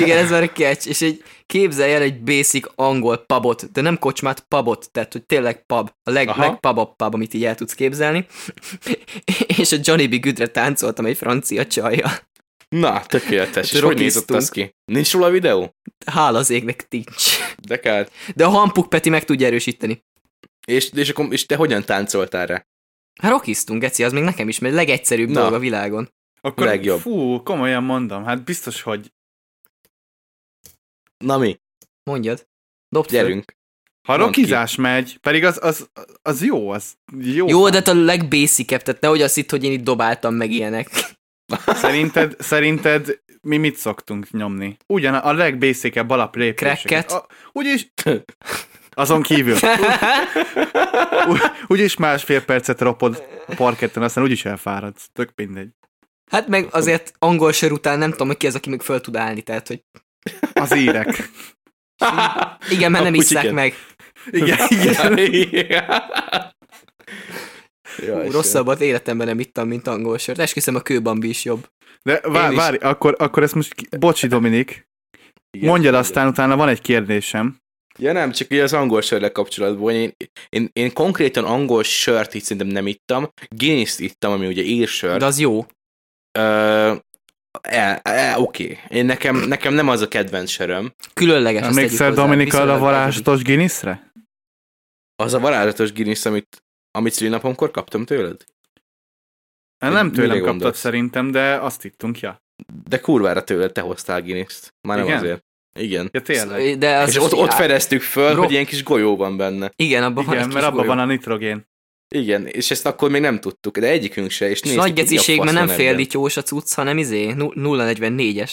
Speaker 2: Igen, ez már a catch. És egy, képzelj el egy basic angol pubot, de nem kocsmát, pubot, tehát hogy tényleg pub, a leg,
Speaker 1: Aha.
Speaker 2: legpubabb pub, amit így el tudsz képzelni. [LAUGHS] és a Johnny B. Goodre táncoltam egy francia csajjal.
Speaker 1: Na, tökéletes. És hogy
Speaker 2: Rokiztunk.
Speaker 1: nézett az ki? Nincs róla videó?
Speaker 2: Hála az égnek, nincs.
Speaker 1: De kell.
Speaker 2: De a Hampuk Peti meg tudja erősíteni.
Speaker 1: És, és, akkor, és te hogyan táncoltál rá?
Speaker 2: Hát rockiztunk, Geci, az még nekem is, mert a legegyszerűbb
Speaker 1: Na.
Speaker 2: dolog a világon.
Speaker 3: akkor
Speaker 1: Legjobb.
Speaker 3: fú, komolyan mondom, hát biztos, hogy
Speaker 1: Na mi?
Speaker 2: Mondjad. Dobd fel.
Speaker 1: Gyerünk.
Speaker 3: ha
Speaker 1: Mondd ki.
Speaker 3: rokizás megy, pedig az, az, az jó, az jó.
Speaker 2: Jó, de hát a legbasicebb, tehát nehogy azt hitt, hogy én itt dobáltam meg ilyenek. [LAUGHS]
Speaker 3: Szerinted, szerinted mi mit szoktunk nyomni? Ugyan a legbészékebb alap
Speaker 2: Cracket?
Speaker 3: A, úgyis... Azon kívül. Ú, úgyis másfél percet ropod a parketten, aztán úgyis elfáradsz. Tök mindegy.
Speaker 2: Hát meg azért angol sör után nem tudom, hogy ki az, aki még föl tud állni, tehát hogy
Speaker 3: Az írek.
Speaker 2: igen, mert
Speaker 1: A
Speaker 2: nem isszák
Speaker 1: putyiket.
Speaker 2: meg.
Speaker 3: [LAUGHS]
Speaker 1: [LAUGHS]
Speaker 3: Igen, igen.
Speaker 1: Jaj,
Speaker 2: Hú,
Speaker 1: Istenem.
Speaker 2: rosszabbat életemben nem ittam, mint angol sört. Esküszöm, a kőbambi is jobb.
Speaker 3: De
Speaker 1: Én
Speaker 3: várj,
Speaker 1: is.
Speaker 3: várj akkor, akkor ezt most... Ki... Bocsi, Dominik.
Speaker 1: Igen,
Speaker 3: Mondjad
Speaker 1: igen.
Speaker 3: aztán, utána van egy kérdésem.
Speaker 1: Ja nem, csak ugye az angol sörrel kapcsolatban, én, én, én konkrétan angol sört így szerintem nem ittam, Guinness-t ittam, ami ugye írsör.
Speaker 2: De az jó.
Speaker 1: Ö, e, e, oké. Én nekem, nekem nem az a kedvenc söröm.
Speaker 2: Különleges. azt tegyük
Speaker 3: Emlékszel
Speaker 2: hozzá.
Speaker 3: Dominik arra a
Speaker 2: Viszonylag
Speaker 3: varázslatos Guinnessre?
Speaker 1: Az a varázslatos Guinness, amit, amit szülinapomkor kaptam tőled.
Speaker 3: Hát
Speaker 1: Hogy
Speaker 3: Nem
Speaker 1: mire
Speaker 3: tőlem kaptad
Speaker 1: gondolsz?
Speaker 3: szerintem, de azt hittünk, ja.
Speaker 1: De kurvára tőled te hoztál Guinness-t. Már nem
Speaker 3: Igen?
Speaker 1: azért. Igen.
Speaker 3: Ja, tényleg.
Speaker 2: gazdagi. De az
Speaker 1: És ott, ott fedeztük föl,
Speaker 2: Ro-
Speaker 1: hogy ilyen kis golyó van benne.
Speaker 2: Igen, abban van
Speaker 3: Igen,
Speaker 2: egy
Speaker 3: mert abban van a nitrogén.
Speaker 1: Igen, és ezt akkor még nem tudtuk, de egyikünk se. És
Speaker 2: és
Speaker 1: néztük,
Speaker 2: nagy
Speaker 1: hogy mi a
Speaker 2: geciség, mert
Speaker 1: fasz
Speaker 2: nem
Speaker 1: van
Speaker 2: fél
Speaker 1: ebben.
Speaker 2: lityós a cucc, hanem izé, nu- 044-es.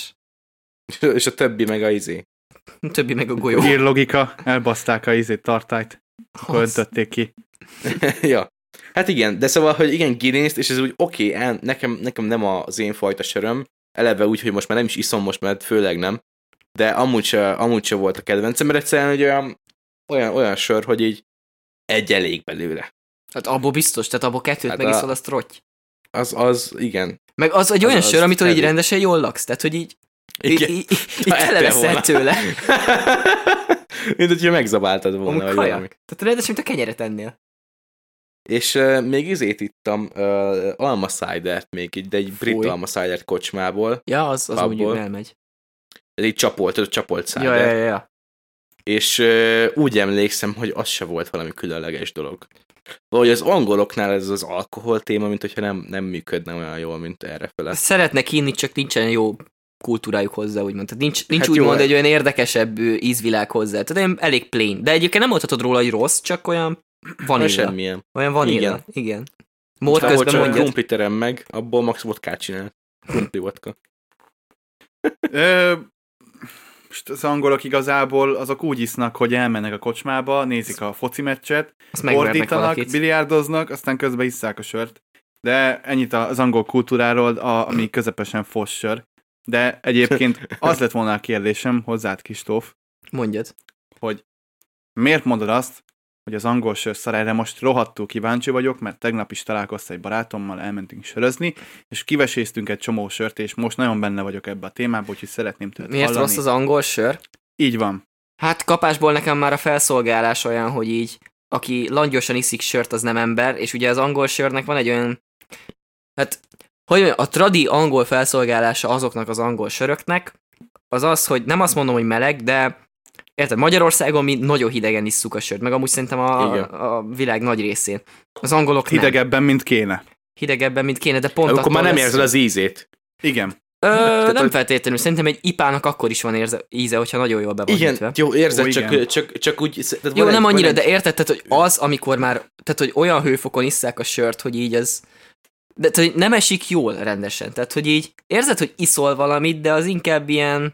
Speaker 1: [LAUGHS] És a többi meg a izé.
Speaker 2: Többi meg a golyó.
Speaker 3: Ír logika, elbaszták a izét tartályt, akkor
Speaker 2: Az.
Speaker 3: öntötték ki.
Speaker 1: [LAUGHS] ja. Hát igen, de szóval, hogy igen, guinness és ez úgy oké, okay, nekem, nekem nem az én fajta söröm, eleve úgy, hogy most már nem is iszom most, mert főleg nem, de amúgy se, amúgy se volt a kedvencem, mert egyszerűen egy olyan, olyan, olyan sör, hogy így egy elég belőle.
Speaker 2: Hát abból biztos, tehát abból kettőt
Speaker 1: Hát
Speaker 2: megiszol,
Speaker 1: a-
Speaker 2: azt rotty.
Speaker 1: Az, az, igen.
Speaker 2: Meg az egy
Speaker 1: Az-
Speaker 2: olyan
Speaker 1: az
Speaker 2: sör, amitől így
Speaker 1: elég.
Speaker 2: rendesen jól laksz, tehát hogy így,
Speaker 1: [LAUGHS]
Speaker 2: így,
Speaker 1: igen.
Speaker 2: így, így tele leszel tőle.
Speaker 1: [LAUGHS] Mint hogyha megzabáltad volna,
Speaker 2: Amúgy
Speaker 1: vagy
Speaker 2: kajak.
Speaker 1: valami.
Speaker 2: Tehát rendesen, mint a kenyeret ennél.
Speaker 1: És uh, még izét ittam, uh, alma cidert még, így, de egy brit
Speaker 2: Fúj.
Speaker 1: alma cidert kocsmából.
Speaker 2: Ja, az, az úgy
Speaker 1: Abból.
Speaker 2: elmegy.
Speaker 1: Ez így csapolt, tudod, csapolt cider.
Speaker 2: Ja, ja, ja, ja.
Speaker 1: és ö, úgy emlékszem, hogy az se volt valami különleges dolog. Valahogy az angoloknál ez az alkohol téma, mint hogyha nem, nem működne olyan jól, mint
Speaker 2: Hát.
Speaker 1: errefele.
Speaker 2: Szeretnek hinni, csak nincsen jó kultúrájuk hozzá, úgymond. Tehát nincs, nincs
Speaker 1: Hát
Speaker 2: hát úgymond
Speaker 1: jó.
Speaker 2: egy olyan érdekesebb ö, ízvilág hozzá. Tehát olyan elég plain. De egyébként nem mondhatod róla, hogy rossz, csak olyan
Speaker 1: Nem
Speaker 2: vanílla.
Speaker 1: semmilyen.
Speaker 2: Olyan vanílla. Igen.
Speaker 1: Igen.
Speaker 2: Igen. Mód
Speaker 1: Volt
Speaker 2: közben
Speaker 1: csak
Speaker 2: mondjad.
Speaker 1: krumpliterem meg, abból max vodkát csinál. Krumpli vodka.
Speaker 3: Ö, most az angolok igazából azok úgy isznak, hogy elmennek a kocsmába, nézik a foci meccset,
Speaker 2: Azt megvernek
Speaker 3: ordítanak,
Speaker 2: valakit.
Speaker 3: biliárdoznak, aztán közben isszák a sört. De ennyit az angol kultúráról, a, ami közepesen fos sör. De
Speaker 2: [LAUGHS]
Speaker 3: egyébként az lett volna a kérdésem hozzád, Kristóf,
Speaker 2: Mondjad.
Speaker 3: hogy miért mondod azt, hogy az angol sörszar erre most rohadtul kíváncsi vagyok, mert tegnap is találkoztam egy barátommal, elmentünk sörözni, és kiveséztünk egy csomó sört, és most nagyon benne vagyok ebbe a témába, úgyhogy szeretném tőled
Speaker 2: Miért
Speaker 3: hallani.
Speaker 2: rossz az angol sör?
Speaker 3: Így van.
Speaker 2: Hát kapásból nekem már a felszolgálás olyan, hogy így, aki langyosan iszik sört, az nem ember, és ugye az angol sörnek van egy olyan, hát, hogy mondjam, a tradi angol felszolgálása azoknak az angol söröknek, az az, hogy nem azt mondom, hogy meleg, de érted, Magyarországon mi nagyon hidegen isszuk a sört, meg amúgy szerintem
Speaker 1: Igen.
Speaker 2: a, a világ nagy részén. Az angolok nem.
Speaker 3: Hidegebben, mint kéne.
Speaker 2: hidegebben, mint kéne, de pont
Speaker 1: Akkor már nem
Speaker 2: lesz-
Speaker 1: érzed az ízét.
Speaker 3: Igen.
Speaker 2: Ö, nem
Speaker 1: hogy-
Speaker 2: feltétlenül, szerintem egy ipának akkor is van érze, íze, hogyha nagyon jól be van
Speaker 1: Igen,
Speaker 2: hűtve.
Speaker 1: jó, érzed,
Speaker 3: Ó,
Speaker 1: csak,
Speaker 3: igen.
Speaker 1: csak, csak úgy... Tehát
Speaker 2: Jó,
Speaker 1: van
Speaker 2: nem
Speaker 1: egy-
Speaker 2: annyira,
Speaker 1: van
Speaker 2: de
Speaker 1: egy-
Speaker 2: érted, tehát, hogy az, amikor már, tehát, hogy olyan hőfokon isszák a sört, hogy így az, de tehát, hogy nem esik jól rendesen, tehát, hogy így érzed, hogy iszol valamit, de az inkább ilyen,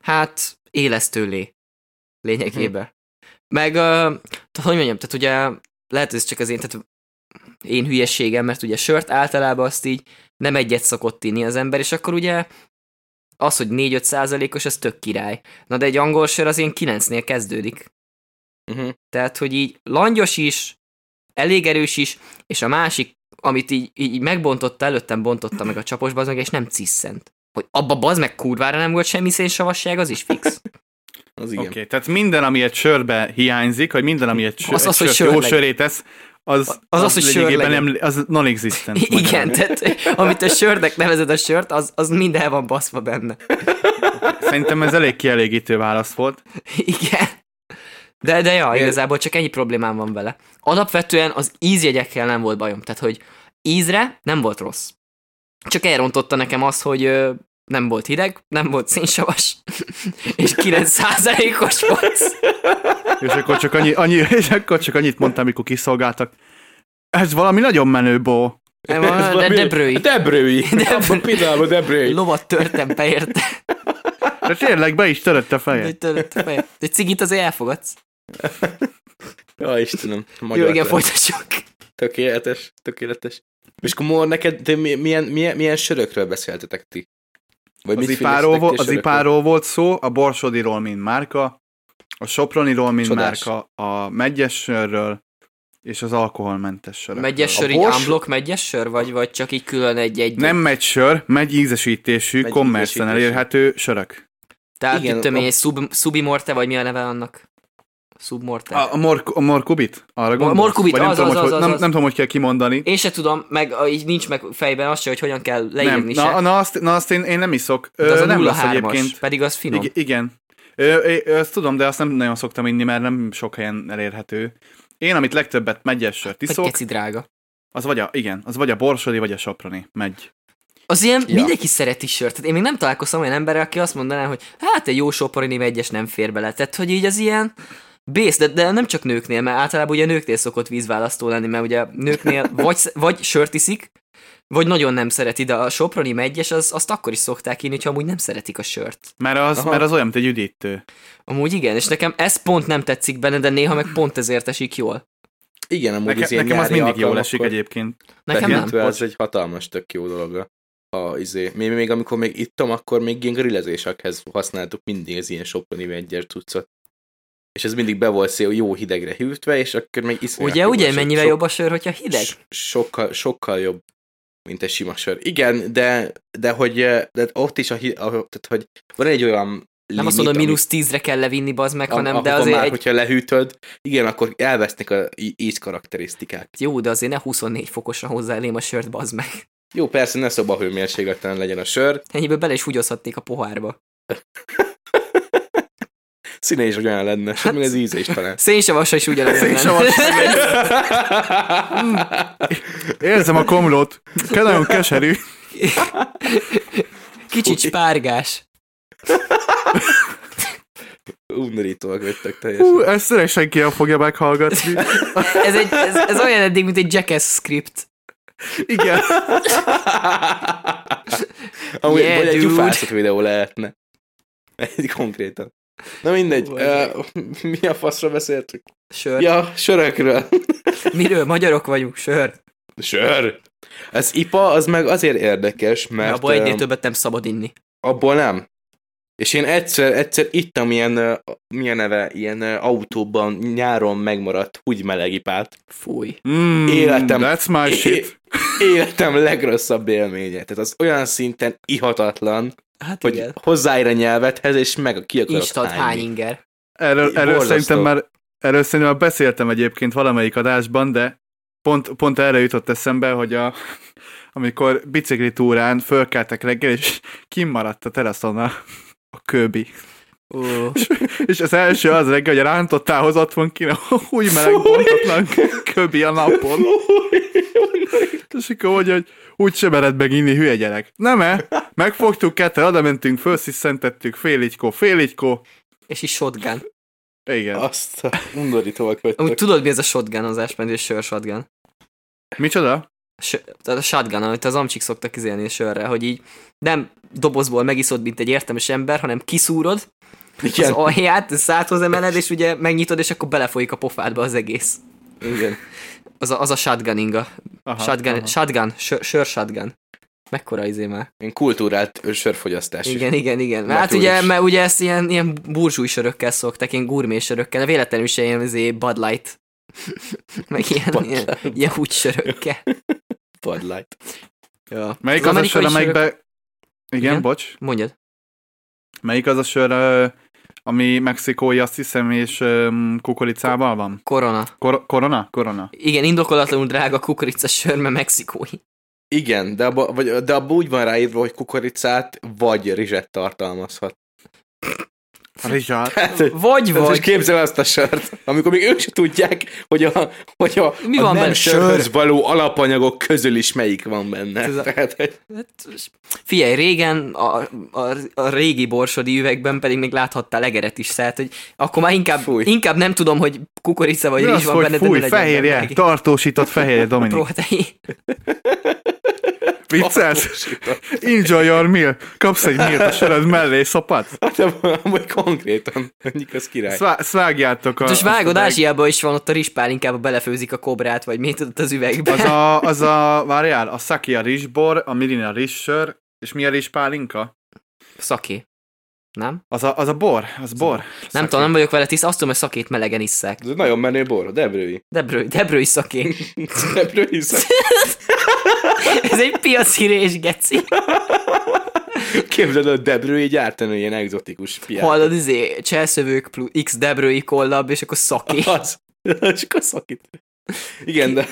Speaker 2: hát, élesztőlé
Speaker 1: Mhm.
Speaker 2: lényegében. Meg, ö, tehát, hogy mondjam, tehát ugye lehet, hogy ez csak az én, tehát én hülyeségem, mert ugye sört általában azt így nem egyet szokott inni az ember, és akkor ugye az, hogy 4-5 százalékos, az tök király. Na de egy angol sör az ilyen 9-nél kezdődik.
Speaker 1: Mhm.
Speaker 2: Tehát, hogy így langyos is, elég erős is, és a másik, amit így, így megbontotta, előttem bontotta meg a csapos bazd meg, és nem ciszent. Hogy abba bazd meg kurvára nem volt semmi szénsavasság, az is fix.
Speaker 1: Az
Speaker 3: Oké,
Speaker 1: igen.
Speaker 3: okay, tehát minden, ami egy sörbe hiányzik, vagy minden, ami egy, sör,
Speaker 2: Az
Speaker 3: az,
Speaker 2: az,
Speaker 3: az,
Speaker 2: hogy
Speaker 3: egy sört jó
Speaker 2: sörleg.
Speaker 3: söré tesz, az, az,
Speaker 2: az,
Speaker 3: az,
Speaker 2: hogy
Speaker 3: az lényegében
Speaker 2: sörlegem.
Speaker 3: nem, az non-existent.
Speaker 2: Igen,
Speaker 3: magyarán.
Speaker 2: tehát amit a sörnek nevezed a sört, az, az mind el van baszva benne.
Speaker 3: Szerintem ez elég kielégítő válasz volt.
Speaker 2: [LAUGHS] Igen. De, de ja,
Speaker 1: Igen.
Speaker 2: igazából csak ennyi problémám van vele. Alapvetően az ízjegyekkel nem volt bajom, tehát hogy ízre nem volt rossz. Csak elrontotta nekem az, hogy ö, nem volt hideg, nem volt szénsavas, [LAUGHS] és 9%-os volt.
Speaker 3: És akkor csak, annyi, annyi, [LAUGHS] és akkor csak annyit mondtam, amikor kiszolgáltak. Ez valami nagyon menő, bó.
Speaker 2: Nem,
Speaker 1: [LAUGHS]
Speaker 2: De Debrői.
Speaker 1: Hát
Speaker 2: [LAUGHS]
Speaker 1: Debrői.
Speaker 2: Debrői.
Speaker 1: Abban például Debrői.
Speaker 2: Lovat törtem
Speaker 1: [LAUGHS]
Speaker 2: beérte.
Speaker 3: De tényleg be is törött a feje.
Speaker 2: Törtem beérte. Egy cigit azért elfogadsz.
Speaker 1: Ja, Istenem.
Speaker 2: Jó,
Speaker 1: magyar
Speaker 2: igen,
Speaker 1: te.
Speaker 2: folytassuk.
Speaker 1: Tökéletes, tökéletes. És akkor Mór, neked te mi- milyen, milyen, milyen sörökről beszéltetek ti? Vagy
Speaker 3: Az
Speaker 1: mit
Speaker 3: ipáról,
Speaker 1: filmeztetek
Speaker 3: vo-
Speaker 1: ti a
Speaker 3: az
Speaker 1: sörökről?
Speaker 3: ipáról volt szó, a borsodiról, mint márka, a soproniról, mint
Speaker 1: Csodás.
Speaker 3: márka, a megyes sörről, és az alkoholmentes sörről.
Speaker 2: Megyes
Speaker 1: A
Speaker 2: sör, így
Speaker 1: bors-
Speaker 2: unblock megyes sör, vagy, vagy csak így külön egy-egy?
Speaker 3: Nem megy sör, megy ízesítésű,
Speaker 1: Megy
Speaker 3: kommercen
Speaker 1: ízesítésű.
Speaker 3: elérhető sörök.
Speaker 2: Tehát
Speaker 1: Igen,
Speaker 2: igen, tudom én,
Speaker 1: a-
Speaker 2: egy sub, subimorte, vagy mi a neve annak? Submorte.
Speaker 3: A, a, mor, a morkubit? Arra gondolsz?
Speaker 2: morkubit,
Speaker 3: Vagy nem,
Speaker 2: az,
Speaker 3: tudom,
Speaker 2: az,
Speaker 3: hogy,
Speaker 2: az,
Speaker 3: nem,
Speaker 2: az.
Speaker 3: nem tudom, hogy kell kimondani.
Speaker 2: Én se tudom, meg a, így nincs meg fejben az se, hogy hogyan kell
Speaker 3: nem,
Speaker 2: leírni se.
Speaker 3: na, na, azt, na azt én, én nem iszok.
Speaker 2: de az
Speaker 3: Ö,
Speaker 2: a
Speaker 3: nem lesz
Speaker 2: 03-as,
Speaker 3: egyébként.
Speaker 2: pedig az finom.
Speaker 3: Igen. igen. Ö, ö, ö, ezt tudom, de azt nem nagyon szoktam inni, mert nem sok helyen elérhető. Én, amit legtöbbet megyes sört
Speaker 2: Meg
Speaker 3: iszok,
Speaker 2: keci drága.
Speaker 3: az vagy a, igen, az vagy a borsodi, vagy a soproni. Megy.
Speaker 2: Az ilyen
Speaker 1: Ja.
Speaker 2: ja. mindenki szereti sört. Tehát én még nem találkoztam olyan emberrel, aki azt mondaná, hogy hát egy jó soporini egyes nem fér bele. Tehát, hogy így az ilyen Bész, de, de, nem csak nőknél, mert általában ugye nőknél szokott vízválasztó lenni, mert ugye
Speaker 3: [LAUGHS]
Speaker 2: nőknél vagy, vagy sört iszik, vagy nagyon nem szereti, de a soproni megyes az, azt akkor is szokták inni, ha amúgy nem szeretik a sört.
Speaker 3: Mert az,
Speaker 1: Aha.
Speaker 3: mert az olyan, mint egy üdítő.
Speaker 2: Amúgy igen, és nekem ez pont nem tetszik benne, de néha meg pont ezért esik jól.
Speaker 1: Igen, amúgy
Speaker 3: Neke,
Speaker 1: az ilyen
Speaker 3: nekem az
Speaker 1: nyári
Speaker 3: mindig jól
Speaker 1: alkalmakkor
Speaker 3: esik egyébként.
Speaker 2: Nekem nem.
Speaker 1: tekintve az egy hatalmas, tök jó dolog. A, izé, mi még amikor még ittam, akkor még ilyen grillezésekhez használtuk mindig az ilyen soproni egyes cuccot. És ez mindig be volt szél, jó hidegre hűtve, és akkor még iszonyat
Speaker 2: Ugye,
Speaker 1: jó
Speaker 2: ugye,
Speaker 1: esett.
Speaker 2: mennyivel
Speaker 1: Sok-
Speaker 2: jobb a sör, hogyha hideg?
Speaker 1: so- Sokkal, sokkal jobb, mint egy sima sör. Igen, de, de hogy eh, de ott is, a, hi- a, tehát, hogy van egy olyan
Speaker 2: Nem
Speaker 1: limit,
Speaker 2: azt mondom,
Speaker 1: ami-
Speaker 2: mínusz tízre kell levinni, bazd meg,
Speaker 1: am-
Speaker 2: hanem, de
Speaker 1: ahova
Speaker 2: azért
Speaker 1: már,
Speaker 2: egy...
Speaker 1: hogyha lehűtöd, igen, akkor elvesznek a í- íz karakterisztikák.
Speaker 2: Jó, de azért ne 24 fokosra hozzáelém a sört, bazd meg. [LAUGHS]
Speaker 1: Jó, persze, ne szobahőmérsékleten legyen a sör,
Speaker 2: Ennyiből bele is húgyozhatnék a pohárba.
Speaker 1: színe is olyan lenne,
Speaker 2: Hát-
Speaker 1: sőt, még az íze is
Speaker 2: [LAUGHS]
Speaker 1: talán.
Speaker 2: Szénsavasra is ugyanaz. lenne.
Speaker 3: Érzem a komlót. Ke- Nagyon keserű.
Speaker 2: [LAUGHS] Kicsit
Speaker 1: Fúj.
Speaker 2: spárgás.
Speaker 1: Undorítóak vettek
Speaker 3: Hú,
Speaker 1: teljesen.
Speaker 3: ezt szeresen ki fogja meghallgatni.
Speaker 2: Ez, egy, ez, ez olyan eddig, mint egy jackass script.
Speaker 3: Igen.
Speaker 1: Amúgy
Speaker 2: Yeah,
Speaker 1: yeah, vagy egy
Speaker 2: dude.
Speaker 1: gyufászott videó lehetne. Egy konkrétan. Na mindegy,
Speaker 2: Hú,
Speaker 1: uh, mi a faszra beszéltük?
Speaker 2: Sör. Ja.
Speaker 1: Ja, sörökről.
Speaker 2: Miről? Magyarok vagyunk, sör.
Speaker 1: Sör! Az IPA az meg azért érdekes, mert
Speaker 2: Mert abból egynél
Speaker 1: öm,
Speaker 2: többet nem szabad inni.
Speaker 1: abból nem. És én egyszer, egyszer ittam ilyen, ö, milyen neve, ilyen ö, autóban nyáron megmaradt úgy melegipát.
Speaker 2: Fúj.
Speaker 3: Mm,
Speaker 1: Életem.
Speaker 3: That's my shit.
Speaker 1: Életem legrosszabb élménye. Tehát az olyan szinten ihatatlan,
Speaker 2: Hát
Speaker 1: hogy
Speaker 2: igen.
Speaker 1: hozzáér a nyelvethez, és meg ki akarok
Speaker 2: Instant hány
Speaker 1: hányni.
Speaker 2: inger.
Speaker 3: Erről, erről
Speaker 1: Borzasztó.
Speaker 3: szerintem már erről szerintem már beszéltem egyébként valamelyik adásban, de pont, pont erre jutott eszembe, hogy a, amikor bicikli túrán fölkeltek reggel, és kimaradt a teraszon a, a köbi.
Speaker 1: [LAUGHS]
Speaker 2: Ó,
Speaker 3: És az első az reggel, hogy a rántottához ott van kint, új meleg bontatlan köbi a napon. És akkor mondja, hogy úgy sem mered meg inni, hülye gyerek. Nem-e? Megfogtuk ketten, oda mentünk, felsziszentettük, fél igykó, fél igykó.
Speaker 2: és is shotgun.
Speaker 3: Igen.
Speaker 1: Azt a undorítóak
Speaker 2: Amúgy
Speaker 1: vagytok.
Speaker 2: tudod, mi ez a shotgunozás, mert ez sör shotgun.
Speaker 3: Micsoda?
Speaker 2: Sör, tehát a shotgun, amit az amcsik szoktak izélni sörre, hogy így nem dobozból megiszod, mint egy értelmes ember, hanem kiszúrod
Speaker 1: [LAUGHS] Igen.
Speaker 2: az alját, száthoz emeled, és ugye megnyitod, és akkor belefolyik a pofádba az egész.
Speaker 1: Igen.
Speaker 2: Az a, az a shotguninga.
Speaker 3: Aha,
Speaker 2: Shotgun, shotgun, sör, sör shotgun. Mekkora izé már?
Speaker 1: Én kultúrált sörfogyasztás.
Speaker 2: Igen, igen, igen. Hát
Speaker 1: Matúris.
Speaker 2: ugye, mert ugye ezt ilyen, ilyen burzsúj sörökkel szokták, ilyen gurmé sörökkel, de véletlenül se ilyen izé, Bud Light. [LAUGHS] Meg ilyen,
Speaker 1: Bud
Speaker 2: ilyen, ilyen úgy sörökkel.
Speaker 1: Bud Light.
Speaker 2: Ja.
Speaker 3: Melyik
Speaker 2: Az
Speaker 3: az, az a
Speaker 2: amerikai
Speaker 3: sör, amelyikbe... Igen,
Speaker 2: Igen?
Speaker 3: Igen, bocs.
Speaker 2: Mondjad.
Speaker 3: Melyik az a sör, ö, ami mexikói, azt hiszem, és öm, kukoricával van?
Speaker 2: Korona.
Speaker 3: Kor- korona? Korona.
Speaker 2: Igen, indokolatlanul drága kukorica sör, mert mexikói.
Speaker 1: Igen, de abba, vagy, de abba úgy van ráírva, hogy kukoricát vagy rizset tartalmazhat.
Speaker 3: Richard.
Speaker 1: Hát, ez
Speaker 2: Vagy
Speaker 1: most
Speaker 2: vagy.
Speaker 1: képzel azt a sört, amikor még ők se tudják, hogy a, hogy a,
Speaker 2: Mi
Speaker 1: a
Speaker 2: van
Speaker 1: nem
Speaker 2: benne?
Speaker 1: sörhöz való alapanyagok közül is melyik van benne.
Speaker 2: Ez a-
Speaker 1: Tehát, hogy
Speaker 2: Hát, Figyelj, régen a, a, a, régi borsodi üvegben pedig még láthattál egeret is, tehát hogy akkor már inkább,
Speaker 1: Fúj.
Speaker 2: inkább nem tudom, hogy kukorica vagy
Speaker 3: Mi
Speaker 2: rizs
Speaker 3: az,
Speaker 2: van
Speaker 3: hogy
Speaker 2: benne,
Speaker 3: fúj,
Speaker 2: de ne legyen benne
Speaker 3: fehérje,
Speaker 2: egér.
Speaker 3: tartósított
Speaker 2: [LAUGHS]
Speaker 3: fehérje, Dominik.
Speaker 2: Protein.
Speaker 3: Viccelsz? Enjoy your meal. Kapsz egy meal a söröd mellé, szopat.
Speaker 1: Hát, amúgy konkrétan, mondjuk az király.
Speaker 3: Szvá- Szvágjátok a...
Speaker 2: Most vágod,
Speaker 3: azt a
Speaker 2: Ázsiában is van ott a rizspálinkába belefőzik a kobrát, vagy mit tudod az üvegbe. [LAUGHS]
Speaker 3: Az a, az a, várjál, a szaki a rizsbor, a mirin a rizssör, és mi a rizspálinka?
Speaker 2: Szaké. Nem?
Speaker 3: Az a, az a bor, az bor.
Speaker 2: Nem
Speaker 3: Szaki.
Speaker 2: tudom, nem vagyok vele tiszt, azt tudom, hogy szakét melegen isszák.
Speaker 1: Ez egy nagyon menő bor, a Debrői.
Speaker 2: Debrői, Debrői
Speaker 3: [LAUGHS]
Speaker 2: szaké.
Speaker 1: Debrői szak.
Speaker 2: Ez egy piaci rés, geci.
Speaker 1: Képzeld, a Debrői gyártanő ilyen egzotikus piát.
Speaker 2: Hallod, izé, cselszövők plusz X Debrői kollab, és akkor
Speaker 1: [LAUGHS]
Speaker 2: szaké.
Speaker 1: Az. Csak a szakít. Igen,
Speaker 2: [LAUGHS]
Speaker 1: de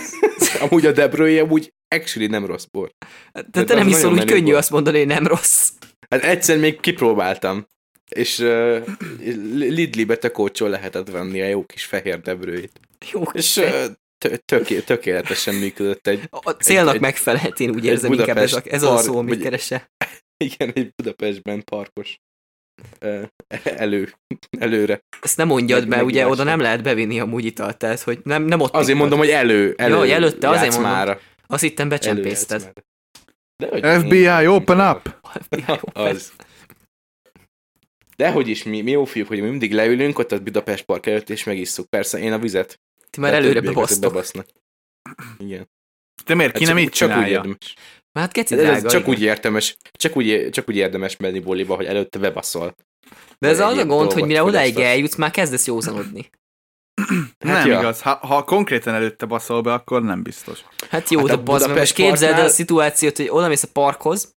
Speaker 1: amúgy a Debrői amúgy actually nem rossz bor.
Speaker 2: De
Speaker 1: de
Speaker 2: te
Speaker 1: az
Speaker 2: nem iszol,
Speaker 1: nagyon
Speaker 2: úgy
Speaker 1: menő
Speaker 2: könnyű
Speaker 1: volt.
Speaker 2: azt mondani, hogy nem rossz. [LAUGHS]
Speaker 1: Hát egyszer még kipróbáltam, és uh, Lidlibe tök olcsón lehetett venni a jó kis fehér debrőit.
Speaker 2: Jó,
Speaker 1: És
Speaker 2: kis-
Speaker 1: uh, töké, tökéletesen működött egy,
Speaker 2: a célnak
Speaker 1: egy-
Speaker 2: megfelelt, én úgy
Speaker 1: egy
Speaker 2: érzem, inkább ez a,
Speaker 1: Budapest
Speaker 2: ez az a
Speaker 1: park-
Speaker 2: szó, amit
Speaker 1: vagy-
Speaker 2: keresse.
Speaker 1: igen, egy Budapestben parkos uh, elő, előre.
Speaker 2: Ezt nem mondjad
Speaker 1: Meg-
Speaker 2: be, ugye
Speaker 1: megívás
Speaker 2: oda nem
Speaker 1: volt.
Speaker 2: lehet bevinni amúgy italt, tehát hogy nem, nem ott
Speaker 1: Azért
Speaker 2: italt.
Speaker 1: mondom, hogy elő, elő
Speaker 2: Jó, hogy előtte, azért mondom.
Speaker 1: játszmára.
Speaker 2: Azt hittem
Speaker 1: Elő
Speaker 2: becsempészted.
Speaker 1: játszmára. De hogy
Speaker 3: FBI,
Speaker 1: én-
Speaker 3: open up!
Speaker 2: [LAUGHS]
Speaker 1: [LAUGHS] Az. De hogy is mi, mi jó fiúk, hogy mi mindig leülünk ott a Budapest park előtt, és megisszuk. Persze, én a vizet.
Speaker 2: Ti már
Speaker 1: de a
Speaker 2: előre
Speaker 1: többiek azok
Speaker 2: bebasztok.
Speaker 1: bebasznak. Igen.
Speaker 3: De miért? Ki
Speaker 1: Hát
Speaker 3: nem így
Speaker 1: csak úgy
Speaker 3: csinálja?
Speaker 1: érdemes.
Speaker 2: Hát geci
Speaker 1: Ez, ez
Speaker 2: drága,
Speaker 1: csak,
Speaker 2: igen.
Speaker 1: úgy érdemes, csak, úgy, csak úgy érdemes menni boliba, hogy előtte bebaszol.
Speaker 2: De ez
Speaker 1: egy
Speaker 2: az a
Speaker 1: ilyen
Speaker 2: gond, hogy
Speaker 1: dolgot
Speaker 2: mire odáig
Speaker 1: fogyasztasz.
Speaker 2: eljutsz, már kezdesz józanodni.
Speaker 3: Nem
Speaker 1: Hát ja.
Speaker 3: igaz. Ha, ha konkrétan előtte baszol be, akkor nem biztos.
Speaker 2: Hát jó,
Speaker 1: Hát
Speaker 2: hát
Speaker 1: a
Speaker 2: de bazd meg,
Speaker 1: Budapest
Speaker 2: most képzeld el a
Speaker 1: parknál-
Speaker 2: szituációt, hogy oda mész a parkhoz,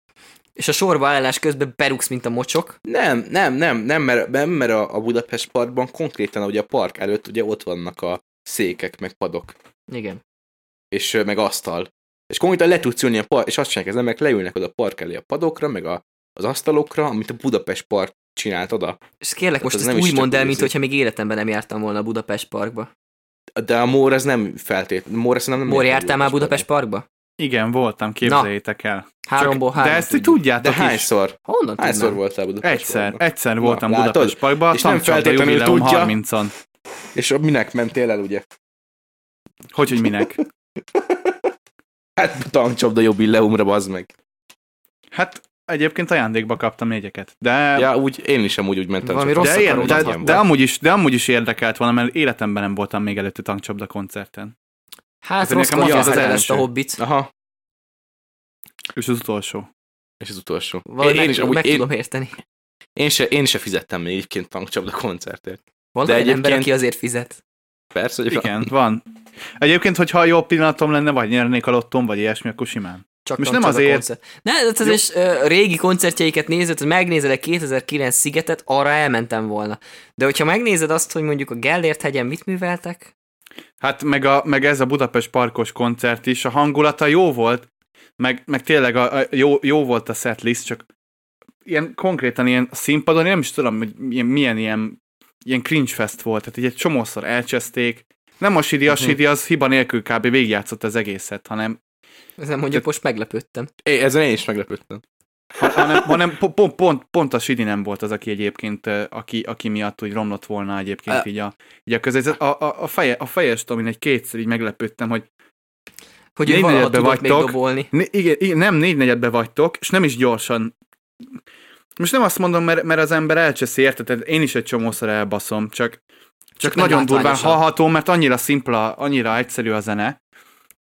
Speaker 2: és a sorba állás közben berúgsz, mint a mocsok.
Speaker 1: Nem, nem, nem, nem, mert, nem, mert a, a Budapest parkban konkrétan ugye a park előtt ugye ott vannak a székek, meg padok,
Speaker 2: Igen.
Speaker 1: és ö, meg asztal. És konkrétan le tudsz ülni a park, és azt csinálják az emberek, leülnek oda a park elé a padokra, meg a, az asztalokra, amit a Budapest park csinált oda.
Speaker 2: És kérlek, most
Speaker 1: az
Speaker 2: ezt
Speaker 1: Hát nem is
Speaker 2: úgy
Speaker 1: csak
Speaker 2: mondd el,
Speaker 1: úgy
Speaker 2: mint
Speaker 1: érzi.
Speaker 2: hogyha még életemben nem jártam volna a Budapest Parkba.
Speaker 1: De a Mór az nem feltétlenül. Mór azt nem, nem
Speaker 2: Mor,
Speaker 1: ért a
Speaker 2: jártál már Budapest Parkba?
Speaker 3: Igen, voltam, képzeljétek el.
Speaker 2: Háromból
Speaker 3: Csak, de
Speaker 2: három.
Speaker 3: ezt ti tudjátok
Speaker 1: De
Speaker 3: de is.
Speaker 1: hányszor?
Speaker 2: Honnan
Speaker 1: Hányszor
Speaker 2: tudnám?
Speaker 1: voltál Budapest
Speaker 3: Egyszer,
Speaker 1: Parkban?
Speaker 3: egyszer voltam
Speaker 1: látod?
Speaker 3: Budapest Parkban, a
Speaker 1: És nem
Speaker 3: Tankcsapda
Speaker 1: feltétlenül
Speaker 3: Jubileum
Speaker 1: tudja.
Speaker 3: 30-on.
Speaker 1: És minek mentél el, ugye?
Speaker 3: Hogy, hogy
Speaker 1: [LAUGHS]
Speaker 3: minek?
Speaker 1: Hát tankcsapda jubileumra, bazd meg.
Speaker 3: Hát egyébként ajándékba kaptam jegyeket. De,
Speaker 1: Ja, úgy, én is amúgy úgy mentem.
Speaker 2: Valami
Speaker 1: csak-
Speaker 2: rossz
Speaker 3: de,
Speaker 1: de,
Speaker 3: ér,
Speaker 2: akarom,
Speaker 1: de,
Speaker 3: de,
Speaker 2: akaratlan
Speaker 1: de,
Speaker 3: de, amúgy is, de amúgy is érdekelt volna, mert életemben nem voltam még előtte Tankcsapda koncerten.
Speaker 2: Hát
Speaker 3: Ez
Speaker 2: rossz
Speaker 3: nekem az
Speaker 2: korban
Speaker 1: az
Speaker 2: szerel
Speaker 3: első.
Speaker 2: ezt a hobbit.
Speaker 1: Aha,
Speaker 3: És az utolsó.
Speaker 1: és az utolsó.
Speaker 2: Valahogy
Speaker 1: én, én, is
Speaker 2: meg,
Speaker 1: amúgy,
Speaker 2: meg
Speaker 1: én,
Speaker 2: tudom érteni.
Speaker 1: Én se, én se fizettem még egyébként tankcsapda koncertért.
Speaker 2: Van
Speaker 1: De
Speaker 2: olyan ember,
Speaker 1: egyébként-
Speaker 2: aki azért fizet.
Speaker 1: Persze, hogy
Speaker 3: Igen, van. Egyébként, hogyha jobb pillanatom lenne, vagy nyernék a lottom, vagy ilyesmi, akkor simán.
Speaker 2: Csak
Speaker 3: Most
Speaker 2: nem
Speaker 3: nem azért-
Speaker 2: Koncert. Ne, ez az is ö, régi koncertjeiket nézed, hogy megnézed a 2009 szigetet, arra elmentem volna. De hogyha megnézed azt, hogy mondjuk a Gellért hegyen mit műveltek,
Speaker 3: Hát meg, a, meg ez a Budapest Parkos koncert is, a hangulata jó volt, meg, meg tényleg a, a, jó, jó volt a setlist, csak ilyen konkrétan ilyen színpadon, én nem is tudom, hogy milyen, milyen ilyen, ilyen cringe fest volt, tehát így egy csomószor elcseszték. Nem a Sidi, a
Speaker 1: Mhm.
Speaker 3: Sidi az hiba nélkül kb. végigjátszott az egészet, hanem,
Speaker 2: ezen mondjuk most meglepődtem.
Speaker 1: É, ezen én is meglepődtem.
Speaker 3: ha- hanem, hanem po- pont, pont, pont a Sidi nem volt az, aki egyébként, ö, aki, aki miatt úgy romlott volna egyébként
Speaker 2: Ö.
Speaker 3: így a, így a közérzet. A, a, a, feje, a fejest, amin egy kétszer így meglepődtem, hogy
Speaker 2: Hogy ő
Speaker 3: Négy
Speaker 2: valaha
Speaker 3: negyedbe
Speaker 2: tudott még
Speaker 3: vagytok.
Speaker 2: dobolni.
Speaker 3: Ne, igen, igen, nem négy negyedbe vagytok, és nem is gyorsan. Most nem azt mondom, mert, mert az ember elcseszi, érted? Tehát Én is egy csomószor elbaszom, csak, csak, csak
Speaker 2: nem
Speaker 3: nagyon durván
Speaker 2: látványosan.
Speaker 3: hallható, mert annyira szimpla, annyira egyszerű a zene,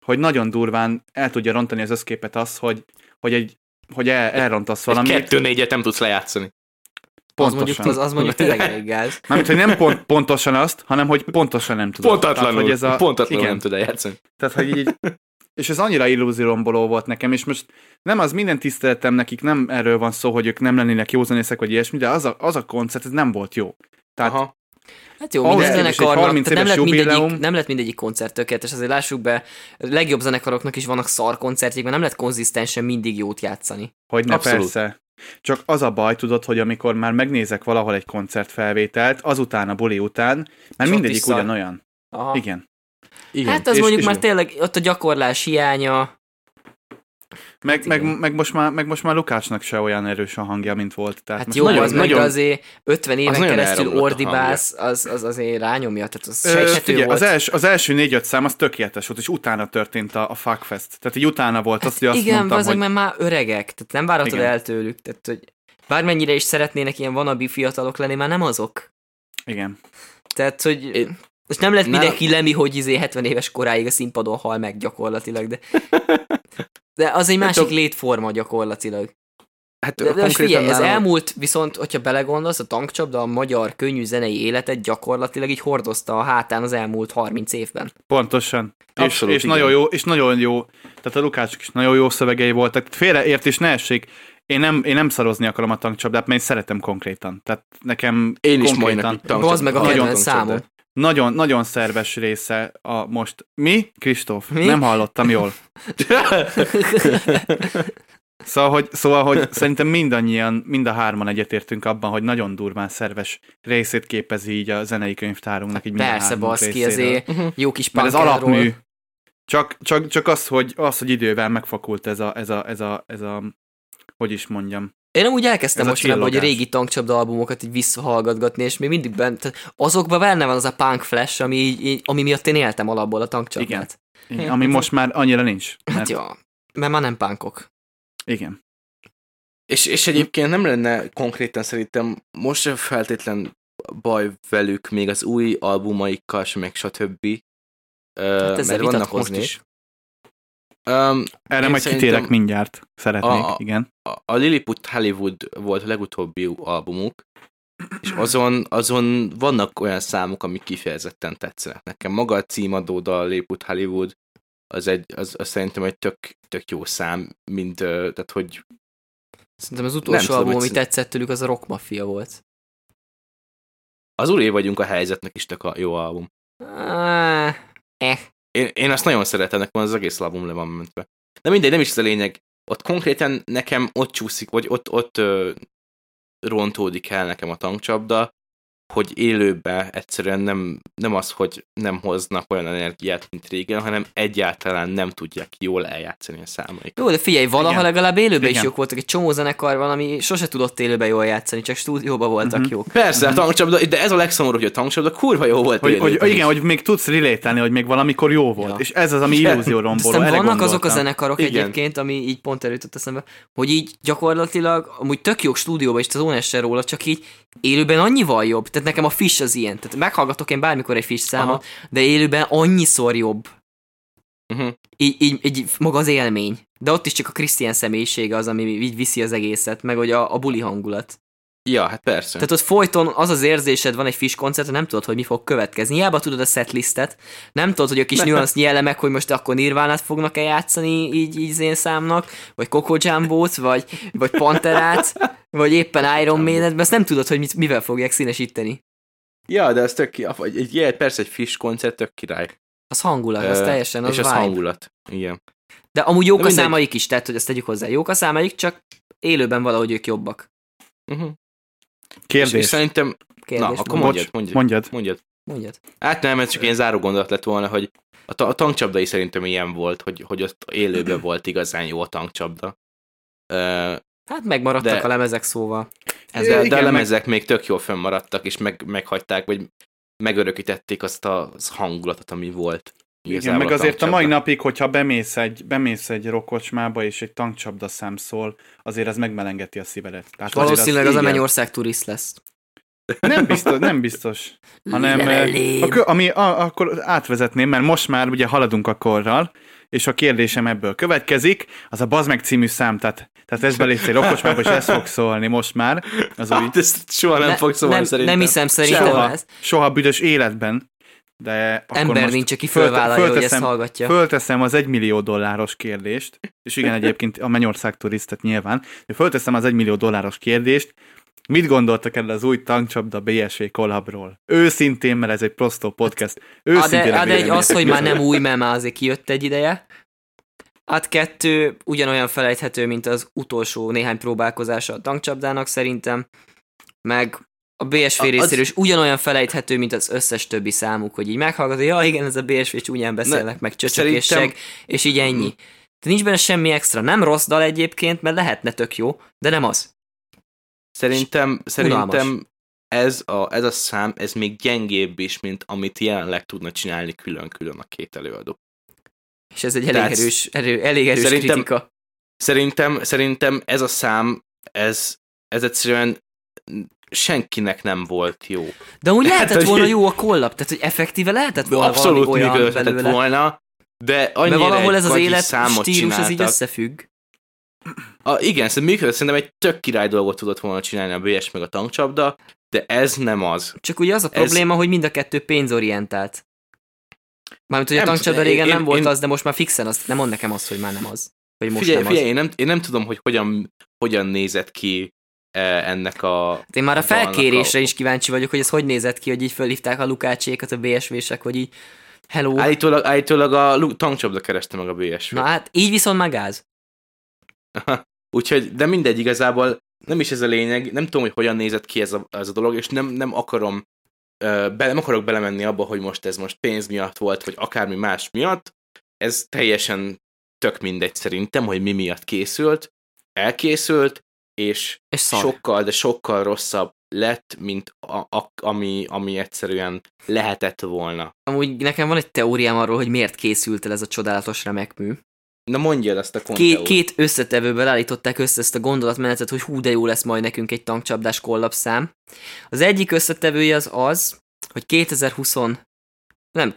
Speaker 3: hogy nagyon durván el tudja rontani az összképet az, hogy, hogy egy hogy el, elrontasz
Speaker 1: Valami
Speaker 3: valamit.
Speaker 1: kettő négyet nem tudsz lejátszani.
Speaker 2: Az
Speaker 3: pontosan.
Speaker 2: mondjuk, az, az
Speaker 3: [LAUGHS]
Speaker 2: mondjuk tényleg elég gáz.
Speaker 3: Mármint, hogy nem pont, pontosan azt, hanem hogy pontosan nem tudod.
Speaker 1: Pontatlanul,
Speaker 3: Tehát,
Speaker 1: hogy
Speaker 3: hogy ez a,
Speaker 1: pontatlanul
Speaker 3: igen.
Speaker 1: nem tud eljátszani.
Speaker 3: Tehát, hogy így, [LAUGHS] és ez annyira illúzióromboló volt nekem, és most nem az minden tiszteletem nekik, nem erről van szó, hogy ők nem lennének jó zenészek, vagy ilyesmi, de az a, az a koncert, ez nem volt jó. Tehát
Speaker 1: Aha.
Speaker 2: Hát jó,
Speaker 3: Ahhoz
Speaker 2: minden
Speaker 3: képest egy
Speaker 2: zenekarnak,
Speaker 3: 30
Speaker 2: tehát nem
Speaker 3: éves
Speaker 2: lett, mindegyik,
Speaker 3: jubileum.
Speaker 2: nem lett mindegyik koncert tökéletes, azért lássuk be, a legjobb zenekaroknak is vannak szar koncertjék, mert nem lett konzisztensen mindig jót játszani.
Speaker 3: hogy ne
Speaker 1: Abszolút.
Speaker 3: persze. Csak az a baj, tudod, hogy amikor már megnézek valahol egy koncertfelvételt, azután a buli után,
Speaker 2: És
Speaker 3: mert
Speaker 2: ott
Speaker 3: mindegyik
Speaker 2: is szar.
Speaker 3: ugyanolyan.
Speaker 2: Aha.
Speaker 3: Igen.
Speaker 1: Igen.
Speaker 2: Hát az
Speaker 3: és-
Speaker 2: mondjuk
Speaker 3: és
Speaker 2: már
Speaker 3: jó. Hát
Speaker 2: tényleg ott a gyakorlás hiánya,
Speaker 3: Meg,
Speaker 2: Hát igen.
Speaker 3: meg, meg, most már, meg most már Lukácsnak se olyan erős a hangja, mint volt. Tehát
Speaker 2: hát
Speaker 3: most
Speaker 2: jó,
Speaker 3: nagyon-
Speaker 2: az meg
Speaker 1: nagyon-
Speaker 2: azért 50 éven
Speaker 1: nagyon
Speaker 2: keresztül
Speaker 1: elromlott a
Speaker 2: ordibász, az, az azért rányomja, tehát az
Speaker 3: Ö,
Speaker 2: sejthető
Speaker 3: figyelj,
Speaker 2: volt.
Speaker 3: az, els, az első négy-öt szám az tökéletes volt, és utána történt a, a fuckfest. Tehát így utána volt az, hogy azt
Speaker 2: Hát Igen,
Speaker 3: mondtam,
Speaker 2: azok
Speaker 3: hogy
Speaker 2: hogy... már öregek, tehát nem várhatod
Speaker 3: Igen.
Speaker 2: el tőlük, tehát hogy bármennyire is szeretnének ilyen vanabi fiatalok lenni, már nem azok.
Speaker 3: igen.
Speaker 2: Tehát, hogy...
Speaker 1: É,
Speaker 2: és nem lett
Speaker 1: nem.
Speaker 2: mindenki lemi, hogy izé 70 éves koráig a színpadon hal meg gyakorlatilag,
Speaker 3: [LAUGHS]
Speaker 2: de... De az egy másik
Speaker 1: csak-
Speaker 2: létforma gyakorlatilag.
Speaker 1: Hát
Speaker 2: De, de most figyelj, ez
Speaker 1: nálam-
Speaker 2: elmúlt, viszont, hogyha belegondolsz, a tankcsapda a magyar könnyű zenei életet gyakorlatilag így hordozta a hátán az elmúlt 30 évben.
Speaker 3: Pontosan.
Speaker 1: Abszolút,
Speaker 3: és, és
Speaker 1: igen.
Speaker 3: nagyon jó, és nagyon jó, tehát a Lukácsok is nagyon jó szövegei voltak. Tehát Félreértés ne essék, én nem, én nem szarozni akarom a tankcsapdát, mert én szeretem konkrétan. Tehát nekem
Speaker 1: Én is majd
Speaker 3: konkrétan
Speaker 1: napig
Speaker 2: Az meg a
Speaker 3: nagyon
Speaker 2: kedvenc számom.
Speaker 3: nagyon, nagyon szerves része a most. Mi? Kristóf,
Speaker 2: Mi?
Speaker 3: nem hallottam jól. [LAUGHS] Szóval, hogy, szóval, hogy szerintem mindannyian, mind a hárman egyetértünk abban, hogy nagyon durván szerves részét képezi így a zenei könyvtárunknak. Így mind a
Speaker 2: Persze,
Speaker 3: hármunk
Speaker 2: baszki,
Speaker 3: részéről. Mhm.
Speaker 2: azért jó kis
Speaker 3: Mert ez
Speaker 2: punkádról.
Speaker 3: alapmű. Csak, csak, csak az, hogy, az, hogy idővel megfakult ez a, ez a, ez a, ez a hogy is mondjam.
Speaker 2: Én úgy elkezdtem
Speaker 3: Ez a
Speaker 2: mostanában, hogy
Speaker 3: csillogás.
Speaker 2: régi tankcsapda albumokat így visszahallgatgatni, és még mindig bent, tehát azokban benne van az a punk flash, ami, így, így, ami miatt én éltem alapból a tankcsapdát.
Speaker 3: Igen.
Speaker 1: Igen,
Speaker 3: Ami
Speaker 1: ez
Speaker 3: most már annyira nincs.
Speaker 2: Hát jó, mert már nem punkok.
Speaker 3: Igen.
Speaker 1: És, és egyébként nem lenne konkrétan szerintem most sem feltétlen baj velük, még az új albumaikkal sem, meg stb. Hát
Speaker 2: ezzel
Speaker 1: mert vannak most
Speaker 2: vitatkoznék.
Speaker 1: is. Um,
Speaker 3: Erre
Speaker 1: Én
Speaker 3: majd
Speaker 1: szerintem-
Speaker 3: kitérek mindjárt. Szeretnék,
Speaker 1: A- a-
Speaker 3: igen.
Speaker 1: a- a Lilliput Hollywood volt a legutóbbi albumuk, és azon, azon vannak olyan számok, amik kifejezetten tetszenek nekem. Maga a címadó dal Lilliput Hollywood, az, egy, az, az szerintem egy tök, tök jó szám, mint, ö, tehát hogy
Speaker 2: Szerintem az
Speaker 1: Nem
Speaker 2: utolsó
Speaker 1: tudom,
Speaker 2: album,
Speaker 1: hogy
Speaker 2: ami
Speaker 1: szint-
Speaker 2: tetszett tőlük, az a Rock Mafia volt.
Speaker 1: az úré vagyunk a helyzetnek is tök a jó album.
Speaker 2: Ah, eh.
Speaker 1: Én, én azt nagyon szeretem, nekem az egész album le van mentve. De mindegy, nem is ez a lényeg. Ott konkrétan nekem ott csúszik, vagy ott, ott ö, rontódik el nekem a tankcsapda, hogy élőben egyszerűen nem, nem az, hogy nem hoznak olyan energiát, mint régen, hanem egyáltalán nem tudják jól eljátszani a számaikat.
Speaker 2: Jó, de figyelj, valaha Igen.
Speaker 3: Igen.
Speaker 2: legalább élőben is
Speaker 3: Igen.
Speaker 2: jók voltak. Egy csomó zenekar van, ami sose tudott élőben jól játszani, csak stúdióban voltak
Speaker 3: Mhm.
Speaker 2: jók.
Speaker 1: Persze, a tankcsapda, de ez a legszomorúbb, hogy a tankcsapda kurva jó volt.
Speaker 3: Hogy,
Speaker 1: élőben
Speaker 3: hogy,
Speaker 1: is.
Speaker 3: igen, hogy még tudsz relételni, hogy még valamikor jó volt.
Speaker 2: Ja.
Speaker 3: És ez az, ami
Speaker 1: Igen.
Speaker 3: illúzió romboló.
Speaker 2: Aztán
Speaker 3: Erre
Speaker 2: vannak azok a
Speaker 3: gondoltam.
Speaker 2: zenekarok Igen.
Speaker 1: Igen.
Speaker 2: egyébként, ami így pont előtt eszembe, hogy így gyakorlatilag amúgy tök jó stúdióban is, az Ones se róla, csak így élőben annyival jobb. Tehát nekem a Fish az ilyen. Tehát meghallgatok én bármikor egy Fish számot, Aha.
Speaker 1: Aha.
Speaker 2: de élőben annyiszor jobb.
Speaker 1: Mhm.
Speaker 2: Így, így, így maga az élmény. De ott is csak a Krisztián személyisége az, ami így viszi az egészet, meg hogy a, a buli hangulat.
Speaker 1: Ja, hát persze.
Speaker 2: Tehát ott folyton az az érzésed van egy fish koncert, nem tudod, hogy mi fog következni. Hiába tudod a setlistet, nem tudod, hogy a kis nüansznyi elemek, hogy most akkor Nirvánát fognak-e játszani így, így én számnak, vagy Coco Jambót, vagy, vagy Panterát, vagy éppen Iron Maiden, mert azt nem tudod, hogy mit, mivel fogják színesíteni.
Speaker 1: Ja, de ez tök ki, vagy egy, ilyen, persze egy friss koncert, tök király.
Speaker 2: Az hangulat, az
Speaker 1: Ö,
Speaker 2: teljesen, az
Speaker 1: és az
Speaker 2: vibe.
Speaker 1: hangulat. Igen.
Speaker 2: De amúgy jók
Speaker 1: Na
Speaker 2: a
Speaker 1: mindegy.
Speaker 2: számaik is, tehát hogy azt tegyük hozzá, jók a számaik, csak élőben valahogy ők jobbak.
Speaker 1: Uh-huh. És, és
Speaker 3: Kérdés.
Speaker 1: szerintem,
Speaker 2: Kérdés.
Speaker 1: na, akkor mondjad,
Speaker 2: Bocs,
Speaker 1: mondjad.
Speaker 3: Mondjad.
Speaker 1: mondjad.
Speaker 2: mondjad.
Speaker 1: Hát nem, ez csak én záró gondolat lett volna, hogy a, ta- a tankcsapdai szerintem ilyen volt, hogy, hogy ott élőben volt igazán jó a tankcsapda. Ö,
Speaker 2: Hát megmaradtak
Speaker 1: De-
Speaker 2: a lemezek szóval.
Speaker 1: Ez de, de a
Speaker 3: Igen, meg-
Speaker 1: lemezek még tök jól fönnmaradtak, és meg, meghagyták, vagy megörökítették azt az hangulatot, ami volt.
Speaker 3: Igen,
Speaker 1: igazából
Speaker 3: meg azért a mai
Speaker 1: tankcsapban.
Speaker 3: napig, hogyha bemész egy, bemész egy rokocsmába, és egy tankcsapda szám szól, azért ez megmelengeti a szívedet. Tehát azért
Speaker 2: Valószínűleg az,
Speaker 3: igen.
Speaker 2: Amennyország turist lesz.
Speaker 3: Nem biztos, nem biztos. Hanem,
Speaker 2: Lelelém.
Speaker 3: eh, a, kö- ami, a, akkor átvezetném, mert most már ugye haladunk a korral, és a kérdésem ebből következik, az a Bazmeg című szám, tehát, tehát ez belépsz egy rokocsmába, és ez fog szólni most már. Az új.
Speaker 1: Hát ezt soha nem
Speaker 2: Ne-
Speaker 1: fog szólni
Speaker 2: nem,
Speaker 1: szerintem.
Speaker 2: Nem hiszem szerintem
Speaker 3: Soha,
Speaker 2: ez.
Speaker 3: soha büdös életben. De akkor
Speaker 2: Ember
Speaker 3: most
Speaker 2: nincs, aki
Speaker 3: fölte-
Speaker 2: fölvállalja, hogy ezt
Speaker 3: fölteszem-
Speaker 2: hallgatja.
Speaker 3: Fölteszem az 1 millió dolláros kérdést, és
Speaker 2: [LAUGHS]
Speaker 3: igen, egyébként a Mennyország turisztet nyilván, de fölteszem az 1 millió dolláros kérdést, mit gondoltak erről az új tankcsapda BSV kollabról? Őszintén, mert ez egy prostó podcast.
Speaker 2: Hát
Speaker 3: Őszintén
Speaker 2: de,
Speaker 3: a
Speaker 2: hát de egy
Speaker 3: véleményem.
Speaker 2: az, hogy már nem új, mert már azért kijött egy ideje. Hát kettő ugyanolyan felejthető, mint az utolsó néhány próbálkozása a tankcsapdának szerintem, meg a BSV
Speaker 1: A- az-
Speaker 2: részéről is ugyanolyan felejthető, mint az összes többi számuk, hogy így meghallgatod, ja igen, ez a BSV csúnyán beszélnek, meg csöcsök és
Speaker 1: szerintem- Mhm.
Speaker 2: seg, és így ennyi. De nincs benne semmi extra. Nem rossz dal egyébként, mert lehetne tök jó, de nem az.
Speaker 1: Szerintem,
Speaker 2: Unalmas.
Speaker 1: szerintem ez a, ez a szám, ez még gyengébb is, mint amit jelenleg tudna csinálni külön-külön a két előadó.
Speaker 2: És ez egy elég
Speaker 1: Tehát-
Speaker 2: erős, erő, elég erős
Speaker 1: Szerintem-
Speaker 2: kritika.
Speaker 1: Szerintem, szerintem ez a szám, ez, ez egyszerűen senkinek nem volt jó.
Speaker 2: De úgy
Speaker 1: Hát,
Speaker 2: lehetett
Speaker 1: hogy-
Speaker 2: volna jó a kollap, tehát hogy effektíve lehetett volna
Speaker 1: Abszolút
Speaker 2: valami olyan
Speaker 1: működhetett
Speaker 2: belőle.
Speaker 1: volna, de annyira
Speaker 2: Mert valahol
Speaker 1: egy
Speaker 2: ez az
Speaker 1: gagyi
Speaker 2: élet
Speaker 1: számot
Speaker 2: stílus, ez így
Speaker 1: csináltak.
Speaker 2: összefügg.
Speaker 1: A, igen, szerintem működött, szerintem egy tök király dolgot tudott volna csinálni a BS meg a tankcsapda, de ez nem az.
Speaker 2: Csak ugye az a
Speaker 1: Ez-
Speaker 2: probléma, hogy mind a kettő pénzorientált. Mármint, hogy a
Speaker 1: Nem
Speaker 2: tankcsapda
Speaker 1: tudom,
Speaker 2: régen
Speaker 1: én-
Speaker 2: nem volt
Speaker 1: én-
Speaker 2: az, de most már fixen azt nem mond nekem azt, hogy már nem az. Hogy most
Speaker 1: figyelj,
Speaker 2: nem
Speaker 1: figyelj
Speaker 2: az.
Speaker 1: én, nem, én nem tudom, hogy hogyan, hogyan nézett ki eh, ennek a...
Speaker 2: Hát én már a
Speaker 1: dalnak
Speaker 2: felkérésre
Speaker 1: a-
Speaker 2: is kíváncsi vagyok, hogy ez hogy nézett ki, hogy így fölhívták a Lukácsékat, a BSV-sek, hogy így hello.
Speaker 1: Állítólag, állítólag a lu- tankcsapda kereste meg a BSV.
Speaker 2: Na hát, így viszont már gáz.
Speaker 1: Úgyhogy, de mindegy, igazából nem is ez a lényeg, nem tudom, hogy hogyan nézett ki ez a, ez a dolog, és nem, nem akarom ö, be, nem akarok belemenni abba, hogy most ez most pénz miatt volt, vagy akármi más miatt. Ez teljesen tök mindegy szerintem, hogy mi miatt készült, elkészült, és
Speaker 2: És szar.
Speaker 1: sokkal, de sokkal rosszabb lett, mint a, a, ami, ami egyszerűen lehetett volna.
Speaker 2: Amúgy nekem van egy teóriám arról, hogy miért készült el ez a csodálatos remek mű.
Speaker 1: Na mondjad azt a
Speaker 2: Két,
Speaker 1: konteót.
Speaker 2: két összetevőből állították össze ezt a gondolatmenetet, hogy hú, de jó lesz majd nekünk egy tankcsapdás kollapszám. Az egyik összetevője az az, hogy 2020, nem,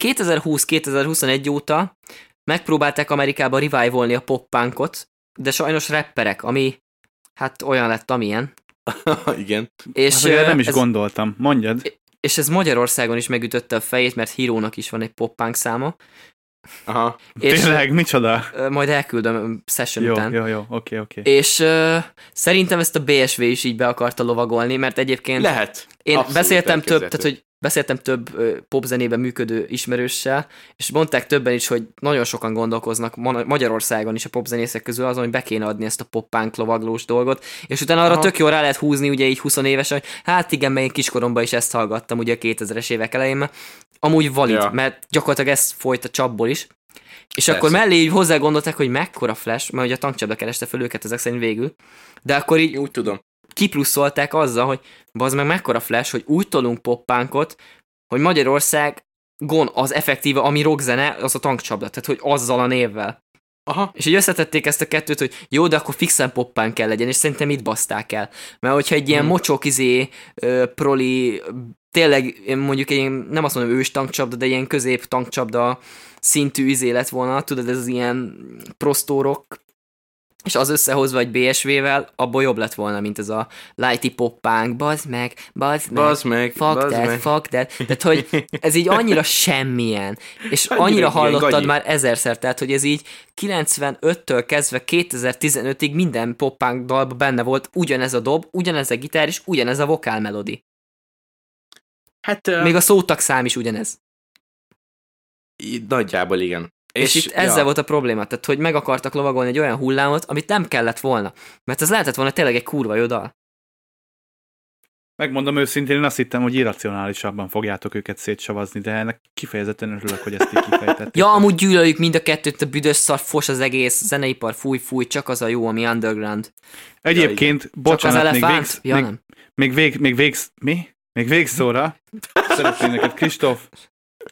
Speaker 2: 2020-2021 óta megpróbálták Amerikába revivalni a poppunkot, de sajnos rapperek, ami hát olyan lett, amilyen.
Speaker 1: [LAUGHS] Igen.
Speaker 2: És,
Speaker 3: Hát, hogy erre nem is
Speaker 2: ez,
Speaker 3: gondoltam. Mondjad.
Speaker 2: és ez Magyarországon is megütötte a fejét, mert Hírónak is van egy poppánk száma.
Speaker 1: Aha.
Speaker 2: És
Speaker 3: Tényleg, micsoda?
Speaker 2: ö, majd elküldöm session
Speaker 3: Jó,
Speaker 2: után.
Speaker 3: jó, jó, oké, oké.
Speaker 2: És ö, szerintem ezt a BSV is így be akarta lovagolni, mert egyébként Le,
Speaker 1: Lehet.
Speaker 2: én
Speaker 1: abszolút
Speaker 2: beszéltem több,
Speaker 1: elképzelhető.
Speaker 2: tehát hogy beszéltem több ö, popzenében működő ismerőssel, és mondták többen is, hogy nagyon sokan gondolkoznak Ma- Magyarországon is a popzenészek közül azon, hogy be kéne adni ezt a poppánk lovaglós dolgot, és utána arra
Speaker 1: Aha.
Speaker 2: tök jól rá lehet húzni, ugye így 20 évesen, hogy hát igen, mert én kiskoromban is ezt hallgattam, ugye a 2000-es évek elején, mert amúgy valid,
Speaker 1: Ja.
Speaker 2: ja. mert gyakorlatilag ez folyt a csapból is, és
Speaker 1: Persze.
Speaker 2: akkor mellé így hozzá gondolták, hogy mekkora flash, mert ugye a tankcsapda kereste föl őket ezek szerint végül, de akkor így
Speaker 1: Úgy tudom.
Speaker 2: kipluszolták azzal, hogy bazd meg mekkora flash, hogy úgy tolunk poppánkot, hogy Magyarország gon az effektíve, ami rockzene, az a tankcsapda, tehát hogy azzal a névvel.
Speaker 1: Aha.
Speaker 2: És így összetették ezt a kettőt, hogy jó, de akkor fixen poppán kell legyen, és szerintem itt baszták el. Mert hogyha egy ilyen
Speaker 1: Hmm.
Speaker 2: mocsok izé, ö, proli, ö, tényleg én mondjuk egy ilyen, nem azt mondom ős tankcsapda, de ilyen közép tankcsapda szintű izé lett volna, tudod, ez az ilyen prostórok, és az összehozva egy BSV-vel, abból jobb lett volna, mint ez a lighty poppánk, bazd meg, bazd meg,
Speaker 1: Bazd meg,
Speaker 2: fuck
Speaker 1: bazd
Speaker 2: that,
Speaker 1: meg.
Speaker 2: fuck that. Tehát, hogy ez így annyira semmilyen, és annyira,
Speaker 1: ilyen
Speaker 2: hallottad
Speaker 1: gagyi.
Speaker 2: már ezerszer, tehát, hogy ez így 95-től kezdve 2015-ig minden poppánk dalban benne volt ugyanez a dob, ugyanez a gitár, és ugyanez a vokál melodi.
Speaker 1: Hát ö,
Speaker 2: Még a szótagszám is ugyanez.
Speaker 1: így nagyjából igen.
Speaker 2: És, és itt ezzel
Speaker 1: ja.
Speaker 2: volt a probléma, tehát hogy meg akartak lovagolni egy olyan hullámot, amit nem kellett volna. Mert ez lehetett volna tényleg egy kurva jó dal.
Speaker 3: Megmondom őszintén, én azt hittem, hogy irracionálisabban fogjátok őket szétsavazni, de ennek kifejezetten örülök, hogy ezt így
Speaker 2: [LAUGHS]
Speaker 3: kifejtették.
Speaker 2: Ja, amúgy gyűlöljük mind a kettőt, a büdös szar, fos az egész, zeneipar, fúj, fúj, csak az a jó, ami underground.
Speaker 3: Egyébként,
Speaker 2: Csak az
Speaker 3: bocsánat, még,
Speaker 2: elefánt.
Speaker 3: végsz,
Speaker 2: ja,
Speaker 3: még,
Speaker 2: nem.
Speaker 3: még, vég, még végsz, mi? Még végszóra. Szeretném neked, Kristóf,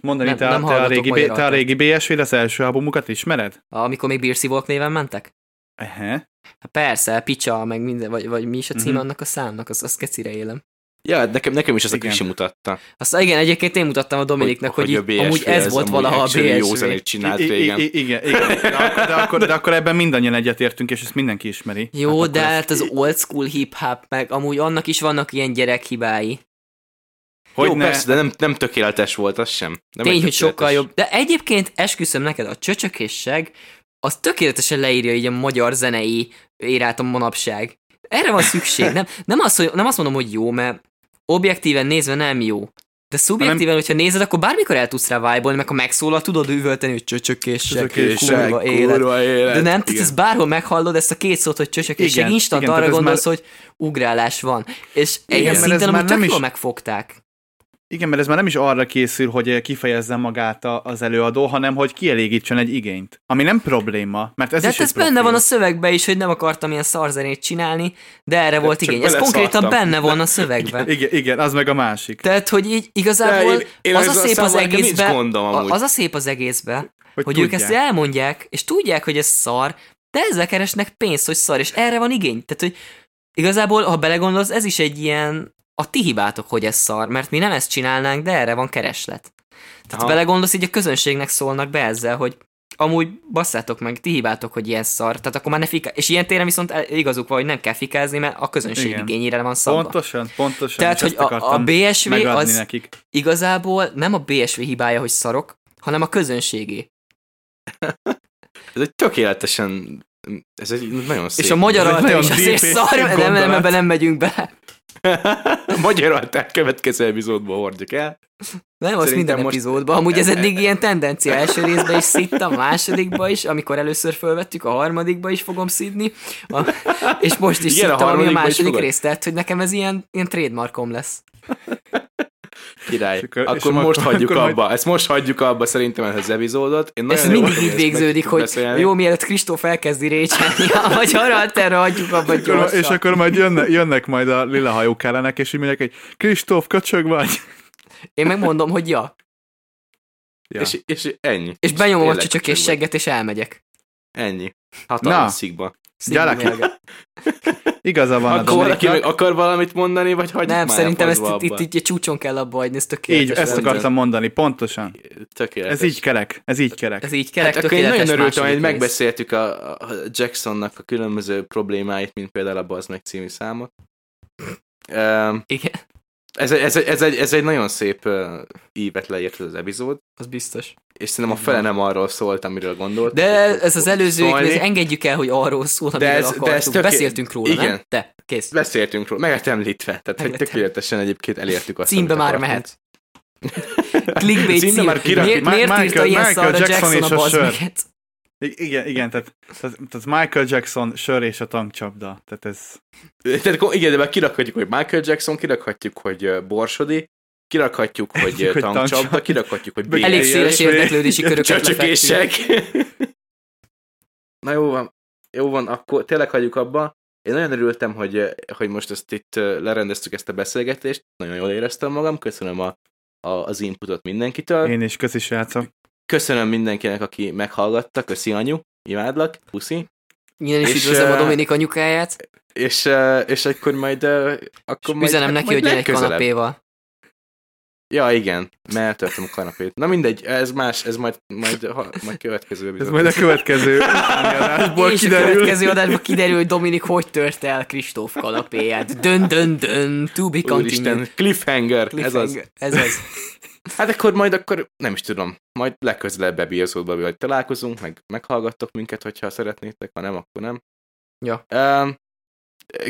Speaker 3: mondani,
Speaker 2: Nem-
Speaker 3: te,
Speaker 2: nem
Speaker 3: a- te, a
Speaker 2: hallgatok
Speaker 3: régi,
Speaker 2: magyar
Speaker 3: B- te a régi BSV, az első albumukat ismered?
Speaker 2: Amikor még Beer Wolf néven mentek?
Speaker 3: Ehe.
Speaker 2: Hát persze, picsa, meg minden, vagy, vagy mi is a cím
Speaker 3: Mhm.
Speaker 2: annak a számnak, az, az kecire élem.
Speaker 1: Ja, nekem, nekem is az a
Speaker 3: Igen.
Speaker 1: kisi mutatta.
Speaker 2: Azt igen, egyébként én mutattam a Dominiknak, hogy, hogy, így,
Speaker 1: a
Speaker 2: amúgy
Speaker 1: BSV
Speaker 2: ez volt
Speaker 1: amúgy
Speaker 2: valaha a
Speaker 1: actually Jó
Speaker 2: BSV.
Speaker 1: zenét csinált
Speaker 3: I- i-
Speaker 1: régen.
Speaker 3: i- igen, igen. De akkor, de, akkor, de akkor ebben mindannyian egyetértünk, és ezt mindenki ismeri.
Speaker 2: Jó,
Speaker 3: akkor
Speaker 2: de
Speaker 3: ezt-
Speaker 2: hát az old school hip-hop, meg amúgy annak is vannak ilyen gyerekhibái.
Speaker 1: Hogy
Speaker 3: Hogy
Speaker 1: jó,
Speaker 3: ne,
Speaker 1: persze, de nem, nem tökéletes volt az sem. Nem
Speaker 2: Tény,
Speaker 1: egy
Speaker 2: hogy sokkal
Speaker 1: tökéletes.
Speaker 2: jobb. De egyébként esküszöm neked, a csöcsökészség az tökéletesen leírja így a magyar zenei érát a manapság. Erre van
Speaker 3: [LAUGHS]
Speaker 2: szükség. Nem, nem, azt, hogy, nem azt mondom, hogy jó, mert objektíven nézve nem jó. De szubjektíven, hogyha nézed, akkor bármikor el tudsz rá vájbolni, meg ha megszólal, tudod üvölteni, hogy csöcsökészség,
Speaker 1: Tökéletes,
Speaker 2: kurva élet.
Speaker 1: kurva élet.
Speaker 2: De nem, tehát
Speaker 1: Igen.
Speaker 2: ezt bárhol meghallod, ezt a két szót, hogy csöcsökészség,
Speaker 3: Igen,
Speaker 2: instant
Speaker 3: igen,
Speaker 2: arra
Speaker 3: tehát ez
Speaker 2: gondolsz, hogy ugrálás van. És
Speaker 3: Igen,
Speaker 2: ilyen
Speaker 3: mert ez
Speaker 2: szinten,
Speaker 3: már
Speaker 2: amit
Speaker 3: nem
Speaker 2: tök
Speaker 3: is-
Speaker 2: jól megfogták.
Speaker 3: Igen, mert ez már nem is arra készül, hogy kifejezze magát a- az előadó, hanem hogy kielégítsen egy igényt. Ami nem probléma, mert ez
Speaker 2: De
Speaker 3: is
Speaker 2: hát
Speaker 3: egy
Speaker 2: ez benne
Speaker 3: profil.
Speaker 2: van a szövegben is, hogy nem akartam ilyen szarzenét csinálni, de erre volt
Speaker 1: csak
Speaker 2: igény. Ez
Speaker 1: beleszartam.
Speaker 2: konkrétan benne van a szövegben.
Speaker 3: Igen, igen, az meg a másik.
Speaker 2: Tehát, hogy így
Speaker 1: De
Speaker 2: igazából
Speaker 1: én, én
Speaker 2: az a
Speaker 1: ezzel
Speaker 2: szép az
Speaker 1: számomra nekem
Speaker 2: egészbe,
Speaker 1: Nincs gondom amúgy.
Speaker 2: a- az a szép az egészbe,
Speaker 3: Hogy,
Speaker 2: hogy ők ezt
Speaker 3: tudják.
Speaker 2: elmondják, és tudják, hogy ez szar, de ezzel keresnek pénzt, hogy szar, és erre van igény. Tehát, hogy igazából, ha belegondolsz, ez is egy ilyen a ti hibátok, hogy ez szar, mert mi nem ezt csinálnánk, de erre van kereslet. Tehát
Speaker 1: Aha.
Speaker 2: ha belegondolsz, így a közönségnek szólnak be ezzel, hogy amúgy basszátok meg, ti hibátok, hogy ilyen szar, tehát akkor már ne fiká... És ilyen téren viszont el- igazuk van, hogy nem kell fikázni, mert a közönség
Speaker 3: Igen.
Speaker 2: Igen. igényére van szabva.
Speaker 3: Pontosan, pontosan.
Speaker 2: Tehát,
Speaker 3: és
Speaker 2: hogy
Speaker 3: ezt
Speaker 2: a, a
Speaker 3: akartam
Speaker 2: BSV
Speaker 3: megadni
Speaker 2: az
Speaker 3: nekik.
Speaker 2: igazából nem a BSV hibája, hogy szarok, hanem a közönségé.
Speaker 1: Ez egy tökéletesen... Ez egy nagyon szép.
Speaker 2: És a magyar
Speaker 3: Ez egy
Speaker 2: alter
Speaker 3: nagyon
Speaker 2: is azért
Speaker 3: deep és
Speaker 2: szar,
Speaker 3: szép
Speaker 2: nem, nem, nem,
Speaker 3: gondolat.
Speaker 2: ebben nem megyünk be.
Speaker 1: a [LAUGHS] magyar altát következő epizódból hordjuk el.
Speaker 2: Nem, az
Speaker 1: Szerintem
Speaker 2: minden
Speaker 1: most-
Speaker 2: epizódban. Amúgy ez eddig ilyen tendencia. Első részben is szittam, másodikba is, amikor először felvettük, a harmadikba is fogom szidni, a, és most is
Speaker 1: Igen, a
Speaker 2: szittam, ami a
Speaker 1: harmadikba is
Speaker 2: második
Speaker 1: fogod?
Speaker 2: rész, tehát hogy nekem ez ilyen, ilyen trademarkom lesz.
Speaker 1: Király.
Speaker 3: És
Speaker 1: akkor,
Speaker 3: akkor- és
Speaker 1: akkor
Speaker 3: akkor-
Speaker 1: most hagyjuk
Speaker 3: akkor majd-
Speaker 1: abba. Ezt most hagyjuk abba szerintem ezt az epizódot. Én nagyon
Speaker 2: És ez
Speaker 1: jó
Speaker 2: mindig
Speaker 1: volt,
Speaker 2: így
Speaker 1: ezt meg
Speaker 2: végződik,
Speaker 1: tudtuk
Speaker 2: hogy
Speaker 1: beszélni.
Speaker 2: jó, mielőtt Kristóf elkezdi récselni [LAUGHS] a magyar alterra, hagyjuk abba
Speaker 3: És akkor, és
Speaker 2: gyorsan.
Speaker 3: akkor majd jönne, jönnek majd a lila hajók ellenek, és így mondják, hogy Kristóf, köcsög vagy?
Speaker 2: Én megmondom, hogy ja.
Speaker 3: Ja.
Speaker 1: És, és ennyi.
Speaker 2: És benyomom a
Speaker 1: Tényleg
Speaker 2: csöcsök
Speaker 1: köcsög
Speaker 2: és
Speaker 1: vagy.
Speaker 2: segget, és elmegyek.
Speaker 1: Ennyi. Hatalmas
Speaker 3: Na.
Speaker 1: szikba.
Speaker 3: Gyalak.
Speaker 2: Szigorúan.
Speaker 3: Igaza van
Speaker 1: Akkor
Speaker 3: a
Speaker 1: valaki
Speaker 3: Dominiknak.
Speaker 1: még akar valamit mondani, vagy hagyjuk
Speaker 2: Nem,
Speaker 1: már
Speaker 2: szerintem
Speaker 1: a
Speaker 2: ezt
Speaker 1: faszba
Speaker 2: itt, itt,
Speaker 1: abba?
Speaker 2: itt, a csúcson kell abba hagyni, ez
Speaker 3: Így,
Speaker 2: tökéletes.
Speaker 3: ezt
Speaker 2: rendszer.
Speaker 3: akartam mondani, pontosan.
Speaker 1: Tökéletes.
Speaker 3: Ez így kerek, ez így kerek.
Speaker 2: Ez így kerek,
Speaker 1: Hát akkor én nagyon örültem, hogy
Speaker 2: második rész.
Speaker 1: megbeszéltük a, a Jacksonnak a különböző problémáit, mint például a Bazd meg című számot. Ehm,
Speaker 2: Igen,
Speaker 1: Ez, egy- ez, egy- ez, egy, ez egy nagyon szép ö, ívet leírt ez az epizód,
Speaker 2: az biztos.
Speaker 1: és szerintem a fele nem arról szólt, amiről gondolt.
Speaker 2: De ez az előző,
Speaker 1: Szólni.
Speaker 2: ez engedjük el, hogy arról szól,
Speaker 1: De
Speaker 2: amiről
Speaker 1: ez- de ez
Speaker 2: akartunk.
Speaker 1: töké-
Speaker 2: Beszéltünk róla, nem?
Speaker 1: Igen.
Speaker 2: De, kész.
Speaker 1: Beszéltünk róla, meg lett említve, tehát hogy
Speaker 2: Meg lett
Speaker 1: tökéletesen egyébként elértük azt,
Speaker 2: Címbe
Speaker 1: amit
Speaker 2: már
Speaker 1: akartunk.
Speaker 2: mehet. Clickbait
Speaker 1: Címbe
Speaker 2: cím.
Speaker 1: már kirakjuk.
Speaker 2: Miért,
Speaker 3: Ma-
Speaker 2: miért írta
Speaker 3: Michael-
Speaker 2: ilyen
Speaker 3: Michael
Speaker 2: szarra
Speaker 3: Jackson
Speaker 2: Jackson,
Speaker 3: és
Speaker 2: a
Speaker 3: a
Speaker 2: bazd
Speaker 3: sör.
Speaker 2: minket?
Speaker 3: I- Igen, igen, tehát, tehát, tehát Michael Jackson, sör és a tankcsapda. Tehát ez...
Speaker 1: Tehát akkor igen, de már kirakhatjuk, hogy Michael Jackson, kirakhatjuk, hogy ö, Borsodi, kirakhatjuk,
Speaker 2: [LAUGHS]
Speaker 1: hogy ö,
Speaker 3: Hogy
Speaker 1: tankcsapda,
Speaker 3: tankcsapda.
Speaker 1: kirakhatjuk, hogy
Speaker 3: Meg-
Speaker 2: Elég
Speaker 1: BS.
Speaker 2: széles
Speaker 1: [LAUGHS]
Speaker 3: Igen,
Speaker 2: érdeklődési
Speaker 3: igen,
Speaker 2: köröket lefektünk.
Speaker 1: Csöcsökések. [LAUGHS] Na jó van, jó van, akkor tényleg hagyjuk abba. Én nagyon örültem, hogy, hogy most ezt itt ö, lerendeztük ezt a beszélgetést. Nagyon jól éreztem magam, köszönöm a, a, az inputot mindenkitől. Én...
Speaker 3: Én is, köszi srácok.
Speaker 1: Köszönöm mindenkinek, aki meghallgatta. Köszi anyu, imádlak, puszi.
Speaker 2: Innen is
Speaker 1: És,
Speaker 2: üdvözlöm a
Speaker 1: eh,
Speaker 2: Dominik anyukáját,
Speaker 1: És, ö, és akkor majd... ö, Akkor
Speaker 2: és üzenem neki, hogy jön egy
Speaker 1: legközelebb.
Speaker 2: kanapéval.
Speaker 1: Ja, igen, mert eltörtem a kanapét. Na mindegy, ez más, ez majd, majd, ha, majd következő
Speaker 3: Ez
Speaker 1: epizód.
Speaker 3: majd a következő adásból
Speaker 2: És a
Speaker 3: kiderül.
Speaker 2: következő adásban kiderül, hogy Dominik hogy tört el Kristóf kanapéját. Dön, dön, dön, to be continued.
Speaker 1: Úristen, cliffhanger, cliffhanger, ez az.
Speaker 2: Cliffhanger. Ez az.
Speaker 1: Hát akkor majd akkor, nem is tudom, majd legközelebb epizódban vagy találkozunk, meg meghallgattok minket, hogyha szeretnétek, ha nem, akkor nem.
Speaker 2: Ja.
Speaker 1: Um,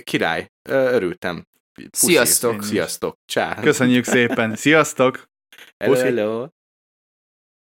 Speaker 1: király, ö, örültem. Puszi.
Speaker 2: Sziasztok.
Speaker 1: Sziasztok. Csá.
Speaker 3: Köszönjük szépen. Sziasztok!
Speaker 1: Hello,
Speaker 3: Puszi.
Speaker 1: hello.